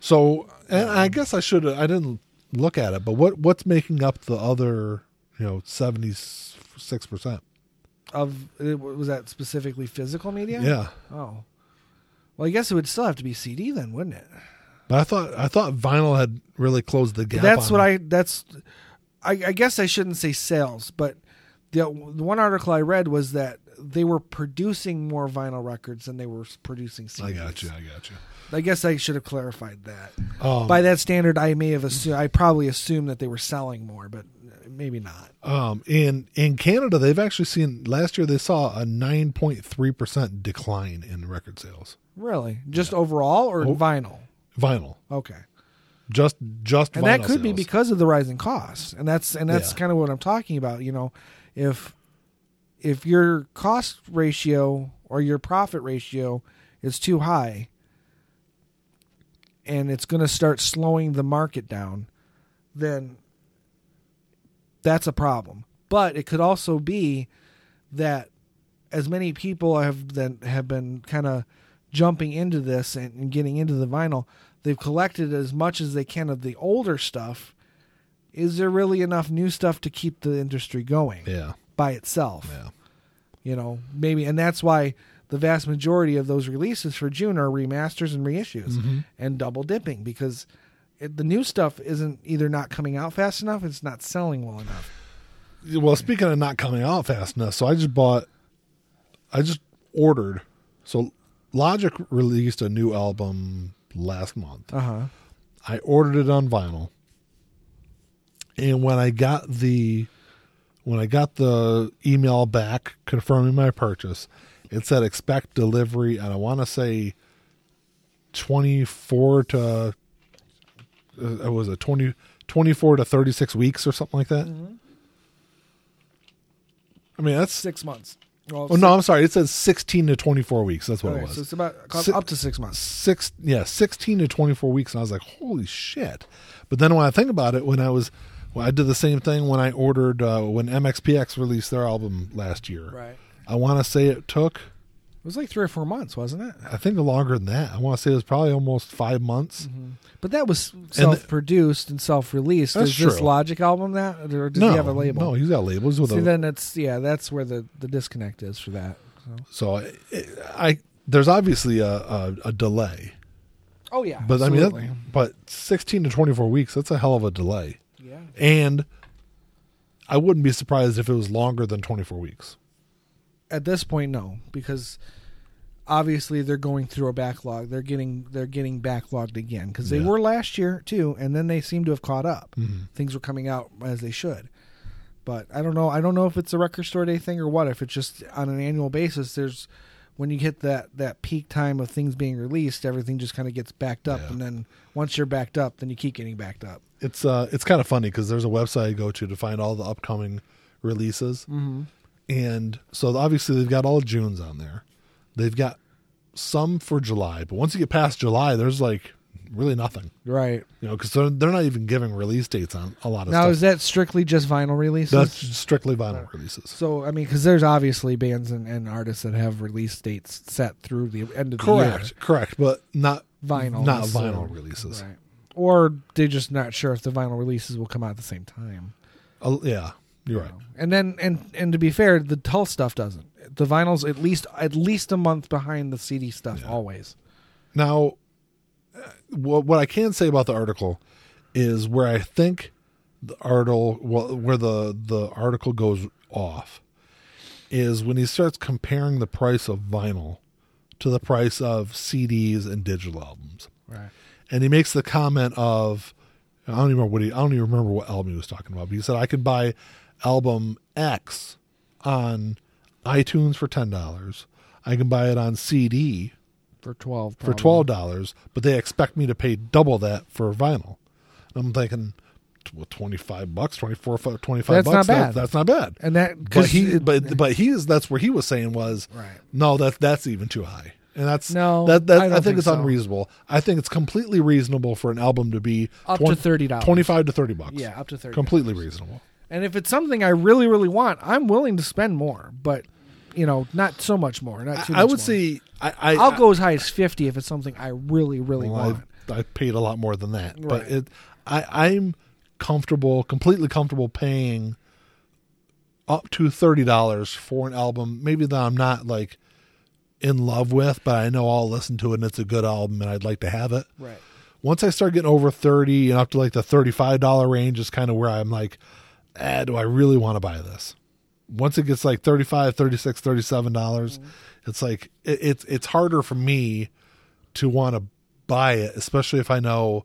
S1: So, and I guess I should I didn't look at it, but what what's making up the other you know 76 percent?
S2: of it- was that specifically physical media?
S1: Yeah,
S2: Oh. Well, I guess it would still have to be CD then, wouldn't it?
S1: but I thought I thought vinyl had really closed the gap.
S2: that's
S1: on
S2: what
S1: it.
S2: I that's I, I guess I shouldn't say sales, but the, the one article I read was that they were producing more vinyl records than they were s- producing CDs.
S1: I got you. I got you.
S2: I guess I should have clarified that.
S1: Um,
S2: By that standard, I may have assumed I probably assumed that they were selling more, but maybe not.
S1: Um, in in Canada, they've actually seen last year they saw a nine point three percent decline in record sales.
S2: Really, just overall or in
S1: Oh.
S2: vinyl?
S1: Vinyl,
S2: Okay,
S1: just just
S2: and
S1: vinyl
S2: that could be
S1: sales.
S2: because of the rising costs, and that's and that's
S1: Yeah.
S2: kind of what I'm talking about. You know, if if your cost ratio or your profit ratio is too high and it's going to start slowing the market down, then that's a problem. But it could also be that as many people have then have been kind of jumping into this and, and getting into the vinyl, they've collected as much as they can of the older stuff. Is there really enough new stuff to keep the industry going?
S1: yeah,
S2: by itself.
S1: Yeah.
S2: You know, maybe, and that's why the vast majority of those releases for June are remasters and reissues
S1: Mm-hmm.
S2: and double dipping because it, the new stuff isn't either not coming out fast enough, it's not selling well enough.
S1: Well, speaking of not coming out fast enough, so I just bought, I just ordered. So Logic released a new album last month.
S2: Uh huh.
S1: I ordered it on vinyl, and when I got the when I got the email back confirming my purchase, it said expect delivery, and I want to say twenty four to uh, it was a 20, 24 to thirty six weeks or something like that. I mean that's
S2: Mm-hmm. Six months. Well,
S1: oh no, I'm sorry, it says sixteen to twenty four weeks. That's what
S2: All
S1: it
S2: right,
S1: was
S2: so it's about
S1: Si-
S2: up to six months.
S1: six yeah 16 to 24 weeks and i was like holy shit but then when i think about it when i was well, i did the same thing when i ordered uh, when mxpx released their album last year
S2: Right.
S1: i want to say it took
S2: It was like three or four months, wasn't it?
S1: i think longer than that i want to say it was probably almost five months
S2: But that was self-produced and self-released.
S1: That's
S2: Is this
S1: true.
S2: Logic album that, or does
S1: no
S2: he have a label?
S1: no he's got labels with
S2: See,
S1: a,
S2: then it's yeah, that's where the the disconnect is for that.
S1: so
S2: So.
S1: I, I there's obviously a, a, a delay
S2: Oh yeah,
S1: but i
S2: absolutely.
S1: mean that, but 16 to 24 weeks that's a hell of a delay
S2: yeah,
S1: and i wouldn't be surprised if it was longer than 24 weeks
S2: at this point, no, because obviously they're going through a backlog. They're getting they're getting backlogged again because they
S1: Yeah. Mm-hmm.
S2: were last year too, and then they seem to have caught up. Things were coming out as they should, but I don't know. I don't know if it's a record store day thing or what. If it's just on an annual basis, there's when you hit that that peak time of things being released, everything just kind of gets backed up,
S1: Yeah.
S2: and then once you're backed up, then you keep getting backed up.
S1: it's uh it's kind of funny because there's a website I go to to find all the upcoming releases, mm-hmm. and so obviously they've got all June's on there. They've got some for July, but once you get past July, there's like really nothing,
S2: Right
S1: you know, because they're they're not even giving release dates on a lot of
S2: now,
S1: stuff.
S2: is that strictly just vinyl releases?
S1: That's strictly vinyl releases.
S2: So I mean, because there's obviously bands and, and artists that have release dates set through the end of the
S1: Correct, correct, but not
S2: year. Vinyl,
S1: not
S2: necessarily.
S1: vinyl releases.
S2: Right. Or they're just not sure if the vinyl releases will come out at the same time.
S1: Uh, yeah, you're right.
S2: And then and and to be fair, the Tull stuff doesn't. The vinyl's at least at least a month behind the CD stuff always.
S1: Now, uh, what what I can say about the article is where I think the article well, where the the article goes off is when he starts comparing the price of vinyl to the price of CDs and digital albums,
S2: Right.
S1: and he makes the comment of I don't even remember what he I don't even remember what album he was talking about, but he said I could buy album X on iTunes for ten dollars, I can buy it on CD
S2: for twelve.
S1: for
S2: probably.
S1: twelve dollars, but they expect me to pay double that for vinyl. And I'm thinking, well, twenty five bucks, 24, 25
S2: That's not
S1: bucks.
S2: bad.
S1: that's not bad.
S2: and that
S1: But
S2: because
S1: he, but but he is. That's where he was saying was
S2: Right.
S1: No, that's that's even too high, and that's
S2: No,
S1: That, that
S2: I
S1: I,
S2: don't
S1: think,
S2: think
S1: it's
S2: so.
S1: unreasonable. I think it's completely reasonable for an album to be
S2: Up to $30.
S1: twenty five to thirty bucks.
S2: yeah, up to thirty.
S1: completely reasonable.
S2: And if it's something I really, really want, I'm willing to spend more, but you know, not so much more. Not too
S1: I, I
S2: much
S1: would
S2: more.
S1: say I, I
S2: I'll go as high as fifty if it's something I really, really
S1: Well,
S2: want.
S1: I, I paid a lot more than that,
S2: Right.
S1: but it, I, I'm comfortable, completely comfortable paying up to thirty dollars for an album, maybe that I'm not like in love with, but I know I'll listen to it and it's a good album and I'd like to have it.
S2: Right.
S1: Once I start getting over thirty and up to like the thirty-five dollar range is kind of where I'm like, eh, do I really want to buy this? Once it gets like 35 36 37 dollars it's like it, it's it's harder for me to want to buy it, especially if I know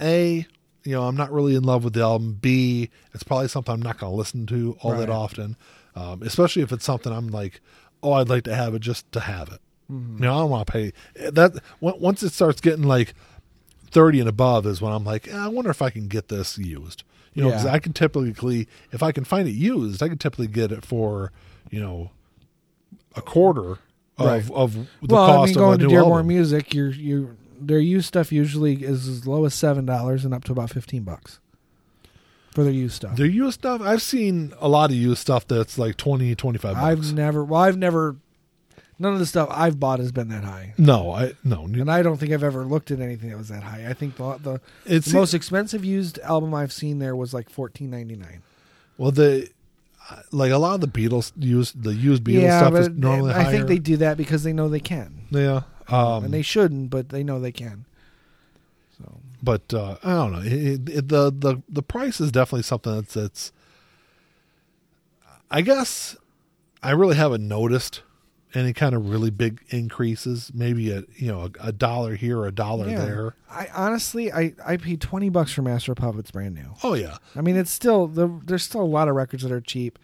S1: a you know I'm not really in love with the album. B it's probably something I'm not going to listen to all
S2: Right.
S1: that often, um, especially if it's something I'm like, oh, I'd like to have it just to have it.
S2: Mm-hmm.
S1: You know, I don't want to pay that. on- Once it starts getting like thirty and above, is when I'm like, eh, I wonder if I can get this used. You know, 'cause
S2: Yeah.
S1: I can typically, if I can find it used, I can typically get it for you know a quarter of
S2: Right.
S1: of the
S2: well, I
S1: cost
S2: mean,
S1: of
S2: going
S1: a
S2: to
S1: new
S2: Dearborn
S1: album.
S2: Music, you you their used stuff usually is as low as seven dollars and up to about fifteen bucks for their used stuff.
S1: Their used stuff, I've seen a lot of used stuff that's like 20, 25 bucks.
S2: I've never, well, I've never, none of the stuff I've bought has been that high,
S1: no, I no.
S2: and I don't think I've ever looked at anything that was that high. I think the the,
S1: It's
S2: the most expensive used album I've seen there was like fourteen ninety nine.
S1: well the like a lot of the Beatles used the used Beatles stuff is normally
S2: I
S1: higher.
S2: think they do that because they know they can,
S1: yeah. Um,
S2: and they shouldn't, but they know they can. So
S1: but uh, I don't know. It, it, the the the price is definitely something that's that's. I guess I really haven't noticed any kind of really big increases. Maybe a you know a, a dollar here or a dollar
S2: yeah.
S1: there.
S2: I honestly, I I paid twenty bucks for Master of Puppets brand new.
S1: Oh yeah,
S2: I mean, it's still the, there's still a lot of records that are cheap,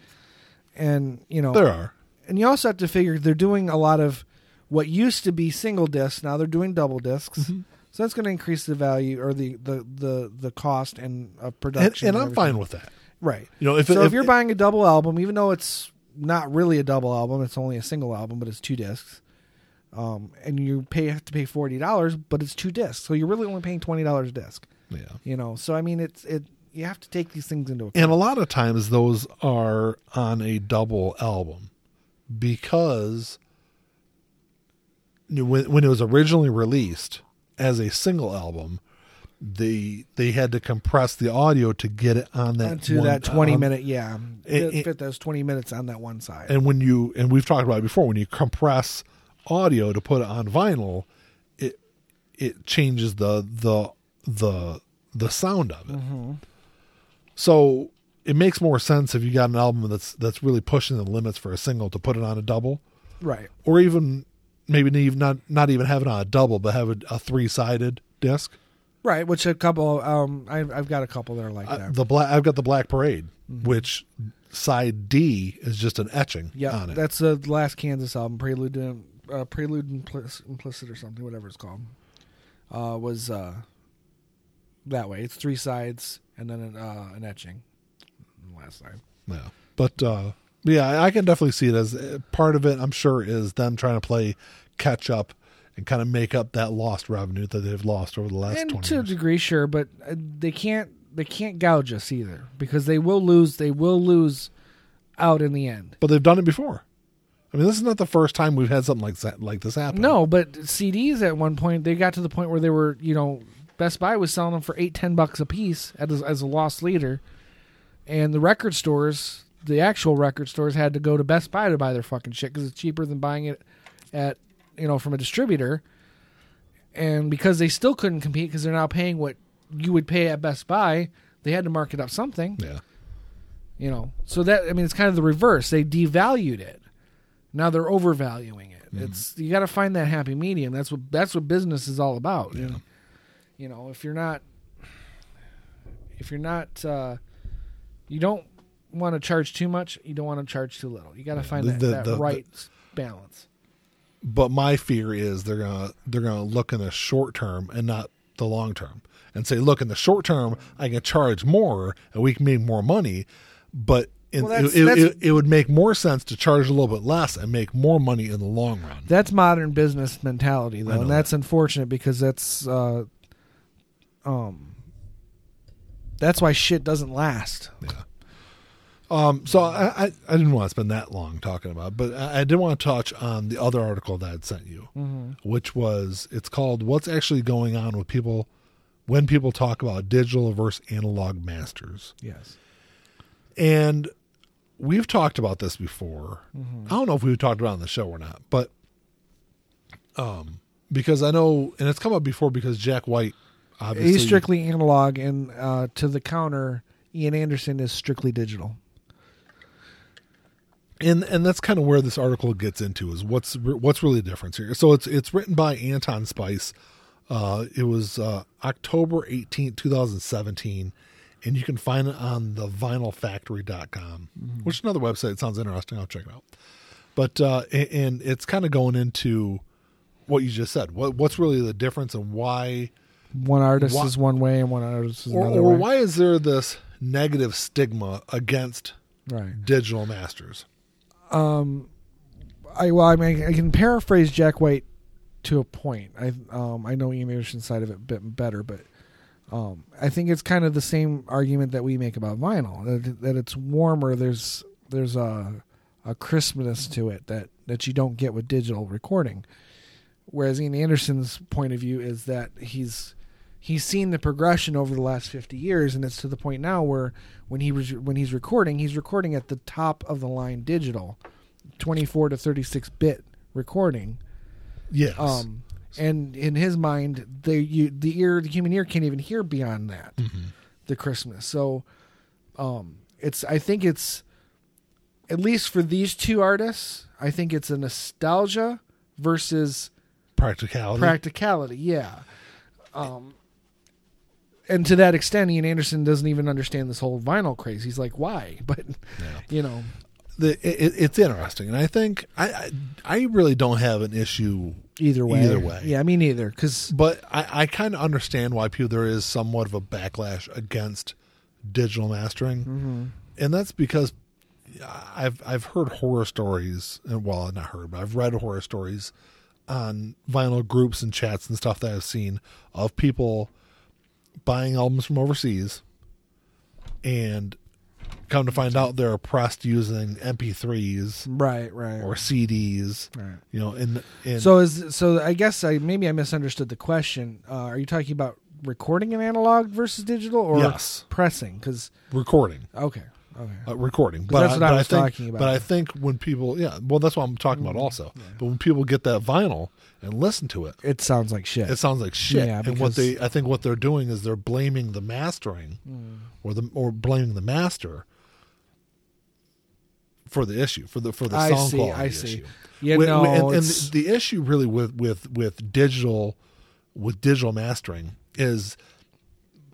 S2: and you know,
S1: there are.
S2: and you also have to figure they're doing a lot of what used to be single discs now they're doing double disks
S1: Mm-hmm.
S2: so that's going to increase the value or the the the, the cost and uh,
S1: And,
S2: production
S1: and I'm
S2: everything.
S1: fine with that.
S2: right
S1: You know, if
S2: so if, you're buying a double album even though it's not really a double album it's only a single album but it's two discs um, and you pay have to pay forty dollars but it's two discs so you're really only paying twenty dollars a disc
S1: yeah.
S2: you know so I mean it's it you have to take these things into account
S1: And a lot of times those are on a double album because when, when it was originally released as a single album, they they had to compress the audio to get it on that
S2: onto
S1: one-
S2: that twenty
S1: on-
S2: minute yeah
S1: It- it-
S2: fit those twenty minutes on that one side
S1: And when you and we've talked about it before, when you compress audio to put it on vinyl, it it changes the the the the sound of it. So it makes more sense if you got an album that's that's really pushing the limits for a single to put it on a double,
S2: right
S1: or even maybe not even- not not even have it on a double, but have a, a three sided disc.
S2: Right, which a couple. Um, I, I've got a couple that are like
S1: I-
S2: that.
S1: the black I've got the Black Parade, which side D is just an etching
S2: yeah,
S1: on it.
S2: that's the last Kansas album, Prelude, and, uh, Prelude Implicit, Implicit or something, whatever it's called. Uh, was uh, that way. It's three sides and then an, uh, an etching, on the last side.
S1: Yeah. But uh, yeah, I- I can definitely see it as uh, part of it. I'm sure is them trying to play catch up and kind of make up that lost revenue that they've lost over the last
S2: and
S1: 20
S2: to a
S1: years.
S2: degree, sure, but uh, they can't they can't gouge us either because they will lose. They will lose out in the end.
S1: But they've done it before. I mean, this is not the first time we've had something like that, like this happen.
S2: No, but CDs at one point they got to the point where they were, you know, Best Buy was selling them for eight, ten bucks a piece as, as a lost leader, and the record stores, the actual record stores, had to go to Best Buy to buy their fucking shit because it's cheaper than buying it at, you know, from a distributor. And because they still couldn't compete because they're now paying what you would pay at Best Buy, they had to mark it up something
S1: Yeah.
S2: you know so that i mean it's kind of the reverse they devalued it now they're overvaluing it
S1: Mm-hmm.
S2: it's you got to find that happy medium that's what that's what business is all about yeah. you know if you're not if you're not uh you don't want to charge too much you don't want to charge too little you got to find
S1: The-
S2: that,
S1: the-
S2: that
S1: the-
S2: right balance.
S1: but my fear is they're gonna they're gonna look in the short term and not the long term and say look in the short term i can charge more and we can make more money but in,
S2: Well, that's-
S1: it,
S2: that's-
S1: it, it would make more sense to charge a little bit less and make more money in the long run
S2: That's modern business mentality,
S1: I
S2: though,
S1: know
S2: and that's unfortunate because that's, uh, um, that's why shit doesn't last.
S1: Um, so I, I, I didn't want to spend that long talking about, it, but I, I did want to touch on the other article that I had sent you,
S2: Mm-hmm.
S1: which was it's called "What's Actually Going On with People When People Talk About Digital versus Analog Masters,"
S2: Yes.
S1: and we've talked about this before.
S2: Mm-hmm.
S1: I don't know if we've talked about it on the show or not, but um, because I know, and it's come up before because Jack White, obviously,
S2: He's strictly analog, and uh, to the counter, Ian Anderson is strictly digital.
S1: and and that's kind of where this article gets into is what's re- what's really the difference here. So it's it's written by Anton Spice. Uh, it was uh, October eighteenth, two 2017, and you can find it on the vinylfactory.com, which is another website. It sounds interesting. I'll check it out. But uh, a- and it's kind of going into what you just said. What what's really the difference and why
S2: One artist
S1: Wha-
S2: is one way, and one artist is
S1: or,
S2: another
S1: or
S2: way.
S1: why is there this negative stigma against
S2: Right.
S1: digital masters?
S2: I well, I mean, I can paraphrase Jack White to a point. I um, I know Ian Anderson's side of it a bit better, but um, I think it's kind of the same argument that we make about vinyl that, that it's warmer. There's there's a a crispness to it that that you don't get with digital recording. Whereas Ian Anderson's point of view is that he's he's seen the progression over the last 50 years and it's to the point now where when he was when he's recording he's recording at the top of the line digital 24 to 36 bit recording
S1: Yes.
S2: um and in his mind the you the ear the human ear can't even hear beyond that
S1: Mm-hmm.
S2: the christmas so um it's i think it's at least for these two artists i think it's a nostalgia versus
S1: practicality.
S2: practicality yeah um and to that extent ian anderson doesn't even understand this whole vinyl craze he's like why but
S1: Yeah.
S2: you know
S1: the, it, it- it's interesting, and I think I, I I really don't have an issue,
S2: either way
S1: Either way.
S2: yeah me neither because
S1: but I, I kind of understand why people there is somewhat of a backlash against digital mastering, and that's because I've I've heard horror stories, and well, not heard, but I've read horror stories on vinyl groups and chats and stuff that I've seen of people buying albums from overseas, and come to find out they're oppressed using MP3s.
S2: right right
S1: or CDs,
S2: right
S1: you know, in in
S2: So is so I guess I maybe I misunderstood the question. Uh, are you talking about recording an analog versus digital or
S1: Yes.
S2: pressing? Because
S1: recording,
S2: okay, okay,
S1: uh, recording.
S2: that's what I was
S1: think,
S2: talking about.
S1: But I think when people, yeah, well, that's what I'm talking about also. But when people get that vinyl and listen to it,
S2: it sounds like shit.
S1: it sounds like shit.
S2: Yeah,
S1: and what
S2: because-
S1: they,
S2: Mm.
S1: I think, what they're doing is they're blaming the mastering, or the or blaming the master for the issue for the for the
S2: I
S1: sound
S2: see,
S1: quality
S2: I see.
S1: issue.
S2: Yeah,
S1: Wi-
S2: no,
S1: wi- and, and
S2: it's-
S1: the issue really with with with digital with digital mastering is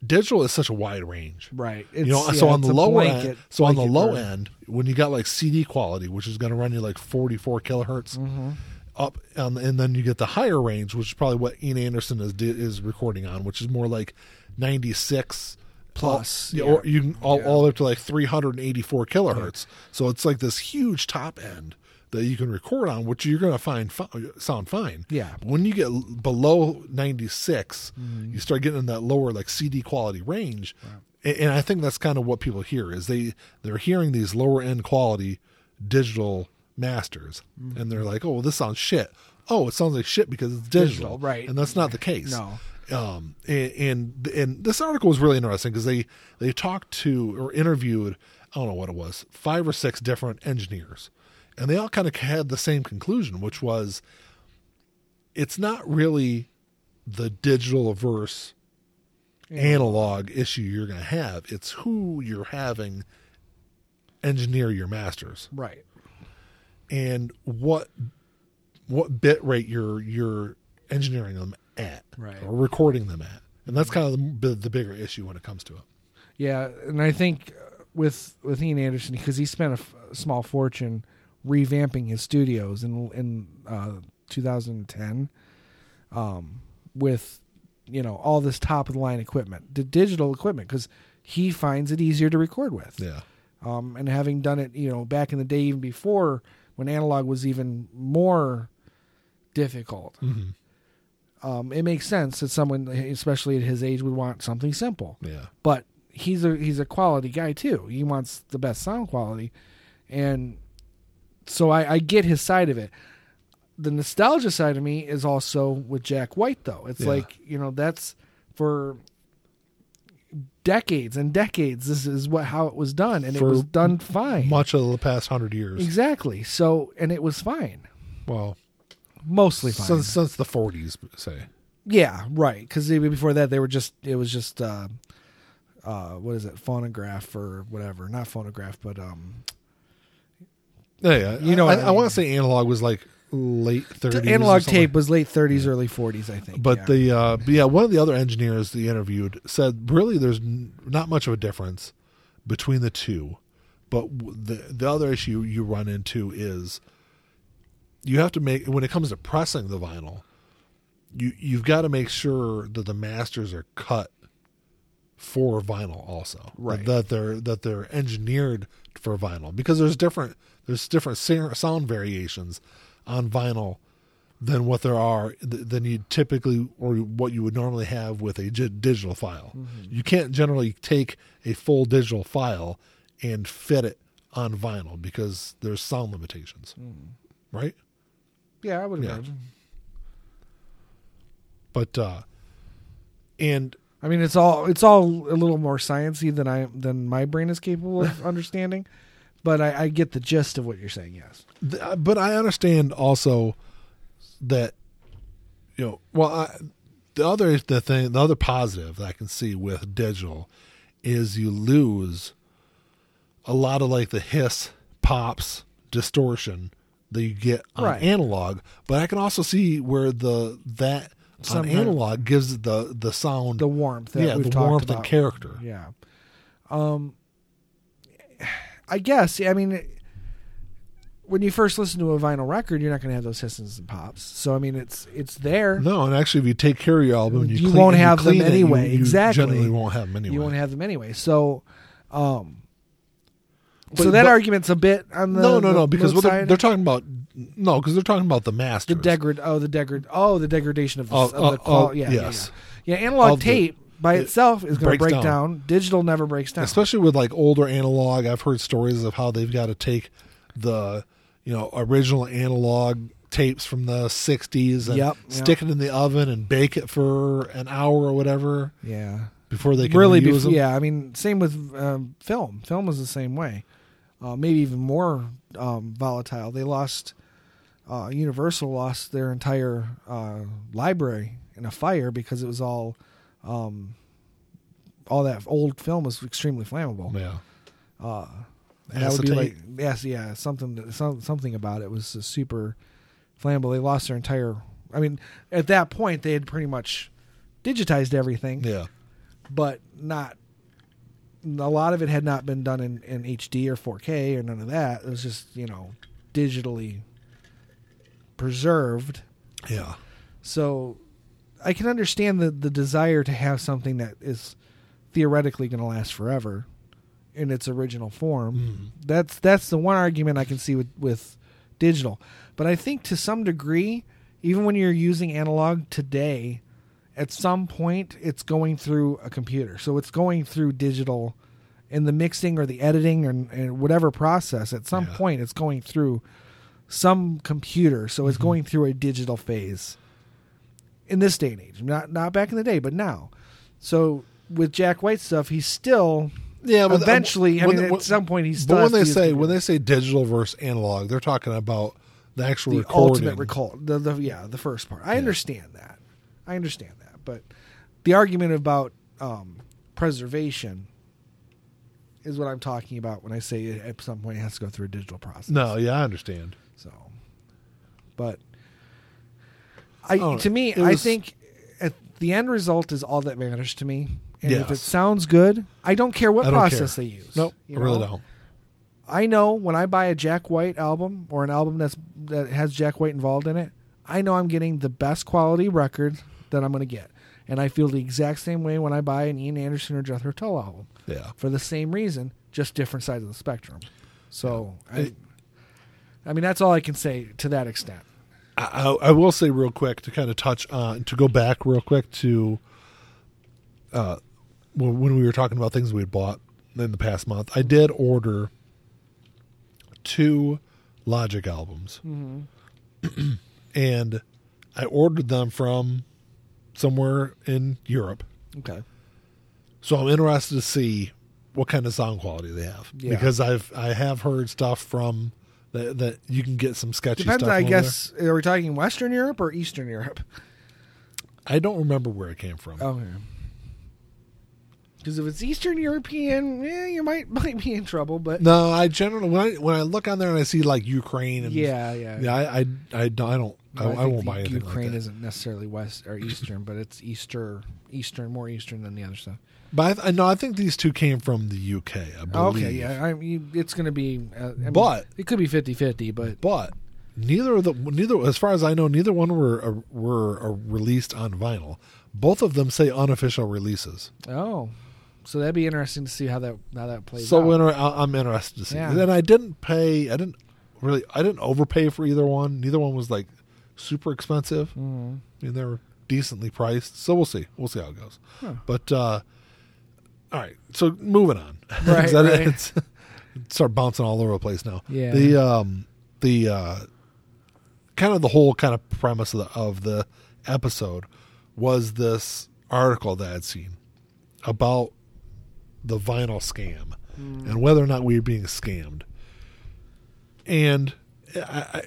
S1: digital is such a wide range
S2: right.
S1: you
S2: It's,
S1: know
S2: yeah,
S1: so on
S2: it's
S1: the
S2: a
S1: low
S2: blanket,
S1: end so on the
S2: blanket
S1: low
S2: version.
S1: end when you got like cd quality which is going to run you like 44 kilohertz
S2: Mm-hmm.
S1: up and, and then you get the higher range which is probably what ian anderson is di- is recording on which is more like 96
S2: Plus,
S1: all, yeah,
S2: yeah.
S1: or you can all, all the way up to like 384 kilohertz so it's like this huge top end that you can record on which you're going to find fi- sound fine
S2: Yeah.
S1: but when you get l- below 96,
S2: Mm-hmm.
S1: you start getting in that lower like CD quality range. A- And, I think that's kind of what people hear is they they're hearing these lower end quality digital masters
S2: Mm-hmm.
S1: and they're like, "Oh, well, this sounds shit." Oh, it sounds like shit because it's digital,
S2: Digital, right.
S1: And that's not the case.
S2: No.
S1: Um, and, and and this article was really interesting because they they talked to or interviewed I don't know what it was five or six different engineers, and they all kind of had the same conclusion, which was it's not really the digital verse analog issue you're going to have. It's who you're having engineer your masters
S2: right?
S1: and what what bit rate you're you're engineering them at
S2: Right.
S1: or recording them at. And that's kind of the, the bigger issue when it comes to it.
S2: Yeah, and I think uh, with with Ian Anderson because he spent a f- a small fortune revamping his studios in in uh, 2010 um, with you know all this top of the line equipment, the digital equipment, because he finds it easier to record with.
S1: Yeah.
S2: Um, and having done it, you know, back in the day, even before when analog was even more difficult, um, it makes sense that someone, especially at his age, would want something simple
S1: Yeah.
S2: but he's a he's a quality guy too. He wants the best sound quality, and so I, I get his side of it. The nostalgia side of me is also with Jack White though. It's
S1: Yeah.
S2: like you know that's for decades and decades. This is what how it was done, and
S1: For
S2: it was done fine.
S1: Much of the past hundred years.
S2: Exactly. So and it was fine,
S1: Well,
S2: mostly fine.
S1: since since the forties, say.
S2: Yeah, right. Because before that, they were just it was just uh, uh, what is it, phonograph or whatever? Not phonograph, but um,
S1: Yeah, yeah.
S2: You know
S1: I,
S2: what I
S1: I want
S2: mean.
S1: to say analog was like late thirties.
S2: analog tape was late 30s, early 40s, I think.
S1: But
S2: yeah.
S1: the uh, but yeah, one of the other engineers they interviewed said really there's n- not much of a difference between the two, but w- the the other issue you run into is you have to make when it comes to pressing the vinyl, you you've got to make sure that the masters are cut for vinyl also
S2: Right.
S1: that they're that they're engineered for vinyl because there's different there's different sa- sound variations on vinyl than what there are th- than you typically or what you would normally have with a gi- digital file. You can't generally take a full digital file and fit it on vinyl because there's sound limitations, right?
S2: yeah, I would
S1: yeah.
S2: imagine.
S1: But uh and
S2: I mean, it's all it's all a little more sciency than I than my brain is capable of understanding. But I, I get the gist of what you're saying. Yes.
S1: Th- uh, but I understand also that you know well I, the other the thing the other positive that I can see with digital is you lose a lot of like the hiss pops distortion that you get on
S2: Right.
S1: analog but I can also see where the that
S2: Somehow-
S1: on analog gives the the sound
S2: the warmth that
S1: yeah
S2: we've
S1: the
S2: talked
S1: warmth
S2: about.
S1: and character
S2: Yeah. Um I guess I mean it- when you first listen to a vinyl record, you're not going to have those hisses and pops. So I mean it's it's there.
S1: no and actually if you take care of your album and you,
S2: You
S1: clean-
S2: won't
S1: and
S2: have them
S1: clean it, you-
S2: anyway,
S1: you
S2: exactly.
S1: generally won't have them anyway
S2: You won't have them anyway. So um so
S1: But-
S2: that
S1: but-
S2: argument's a bit on the
S1: no, no,
S2: the
S1: no, because
S2: flip
S1: what they're,
S2: side.
S1: they're talking about no, because they're talking about the
S2: the
S1: masters.
S2: degrad oh the degrad oh the degradation of the,
S1: Oh,
S2: of the
S1: oh,
S2: qual-
S1: oh,
S2: yeah,
S1: yes.
S2: yeah yeah yeah analog
S1: Of the-
S2: tape by
S1: it
S2: itself is going to
S1: breaks
S2: break down.
S1: down.
S2: digital never breaks down
S1: especially with like older analog. I've heard stories of how they've got to take the you know original analog tapes from the '60s and
S2: Yep, yep.
S1: stick it in the oven and bake it for an hour or whatever
S2: yeah
S1: before they can
S2: really
S1: reuse
S2: bef-
S1: them.
S2: yeah i mean same with um, film film was the same way uh, maybe even more um, volatile they lost uh, universal lost their entire uh, library in a fire because it was all um, all that old film was extremely flammable
S1: yeah.
S2: uh, and that would be like
S1: Acetate.
S2: yes yeah something that- some, something about it was just super flammable they lost their entire i mean at that point they had pretty much digitized everything
S1: yeah,
S2: but not a lot of it had not been done in, in HD or 4K or none of that. It was just you know digitally preserved.
S1: yeah,
S2: So I can understand the the desire to have something that is theoretically going to last forever in its original form. That's that's the one argument I can see with with digital. But I think to some degree, even when you're using analog today, at some point it's going through a computer. So it's going through digital in the mixing or the editing and, and whatever process. At some
S1: Yeah.
S2: point, it's going through some computer. So
S1: Mm-hmm.
S2: it's going through a digital phase in this day and age. Not not back in the day, but now. So with Jack White stuff, he's still
S1: yeah. But uh,
S2: eventually. I
S1: when
S2: mean,
S1: they-
S2: at some point, he's still.
S1: but when
S2: has to
S1: they
S2: use
S1: say
S2: the-
S1: when they say digital versus analog, they're talking about the actual
S2: the
S1: recording.
S2: ultimate recall, the, the yeah, the first part. I understand that. I understand that, but the argument about um, preservation is what I'm talking about when I say it, at some point it has to go through a digital process.
S1: no, yeah, I understand.
S2: So, but I
S1: Oh,
S2: to me,
S1: it
S2: I
S1: was-
S2: think at the end result is all that matters to me. And if it
S1: Yes.
S2: sounds good, I don't care what
S1: I don't
S2: process
S1: care.
S2: they use.
S1: Nope,
S2: you
S1: I really
S2: know?
S1: don't.
S2: I know when I buy a Jack White album or an album that's that has Jack White involved in it, I know I'm getting the best quality record that I'm going to get. And I feel the exact same way when I buy an Ian Anderson or Jethro Tull album
S1: Yeah.
S2: for the same reason, just different sides of the spectrum. So,
S1: It-
S2: I, I mean, that's all I can say to that extent.
S1: I, I I will say real quick to kind of touch on to go back real quick to uh, when, when we were talking about things we had bought in the past month. I did order two Logic albums,
S2: Hmm.
S1: and I ordered them from somewhere in Europe.
S2: Okay.
S1: So I'm interested to see what kind of sound quality they have
S2: Yeah.
S1: because I've I have heard stuff from that that you can get some sketchy
S2: Depends,
S1: stuff.
S2: I
S1: over
S2: guess. Are we talking Western Europe or Eastern Europe?
S1: there. I don't remember where it came from.
S2: Okay. Because if it's Eastern European, eh, you might might be in trouble. But
S1: No, I generally when I, when I look on there and I see like Ukraine and
S2: yeah, yeah,
S1: yeah, I I, I don't I, don't, I,
S2: But
S1: I
S2: think
S1: won't
S2: the
S1: buy anything
S2: Ukraine
S1: like that.
S2: isn't necessarily West or Eastern, but it's Easter, Eastern, more Eastern than the other stuff.
S1: But I, I no, I think these two came from the UK. I believe.
S2: Okay, yeah, I mean, it's going to be, uh, I mean,
S1: But-
S2: it could be 50-50, But
S1: But neither of the neither as far as I know, neither one were uh, were uh, released on vinyl. Both of them say unofficial releases.
S2: oh, so that'd be interesting to see how that how that plays.
S1: So
S2: out.
S1: inter- I- I'm interested to see.
S2: Yeah.
S1: And then I didn't pay. I didn't really. I didn't overpay for either one. Neither one was like super expensive.
S2: Mhm.
S1: I mean, they were decently priced. So we'll see. We'll see how it goes.
S2: Huh.
S1: But uh, all right. So moving on.
S2: Right,
S1: Is that it?
S2: right.
S1: It's- start bouncing all over the place now.
S2: Yeah.
S1: The um the uh, kind of the whole kind of premise of the, of the episode was this article that I'd seen about the vinyl scam and whether or not we were being scammed. And I, I,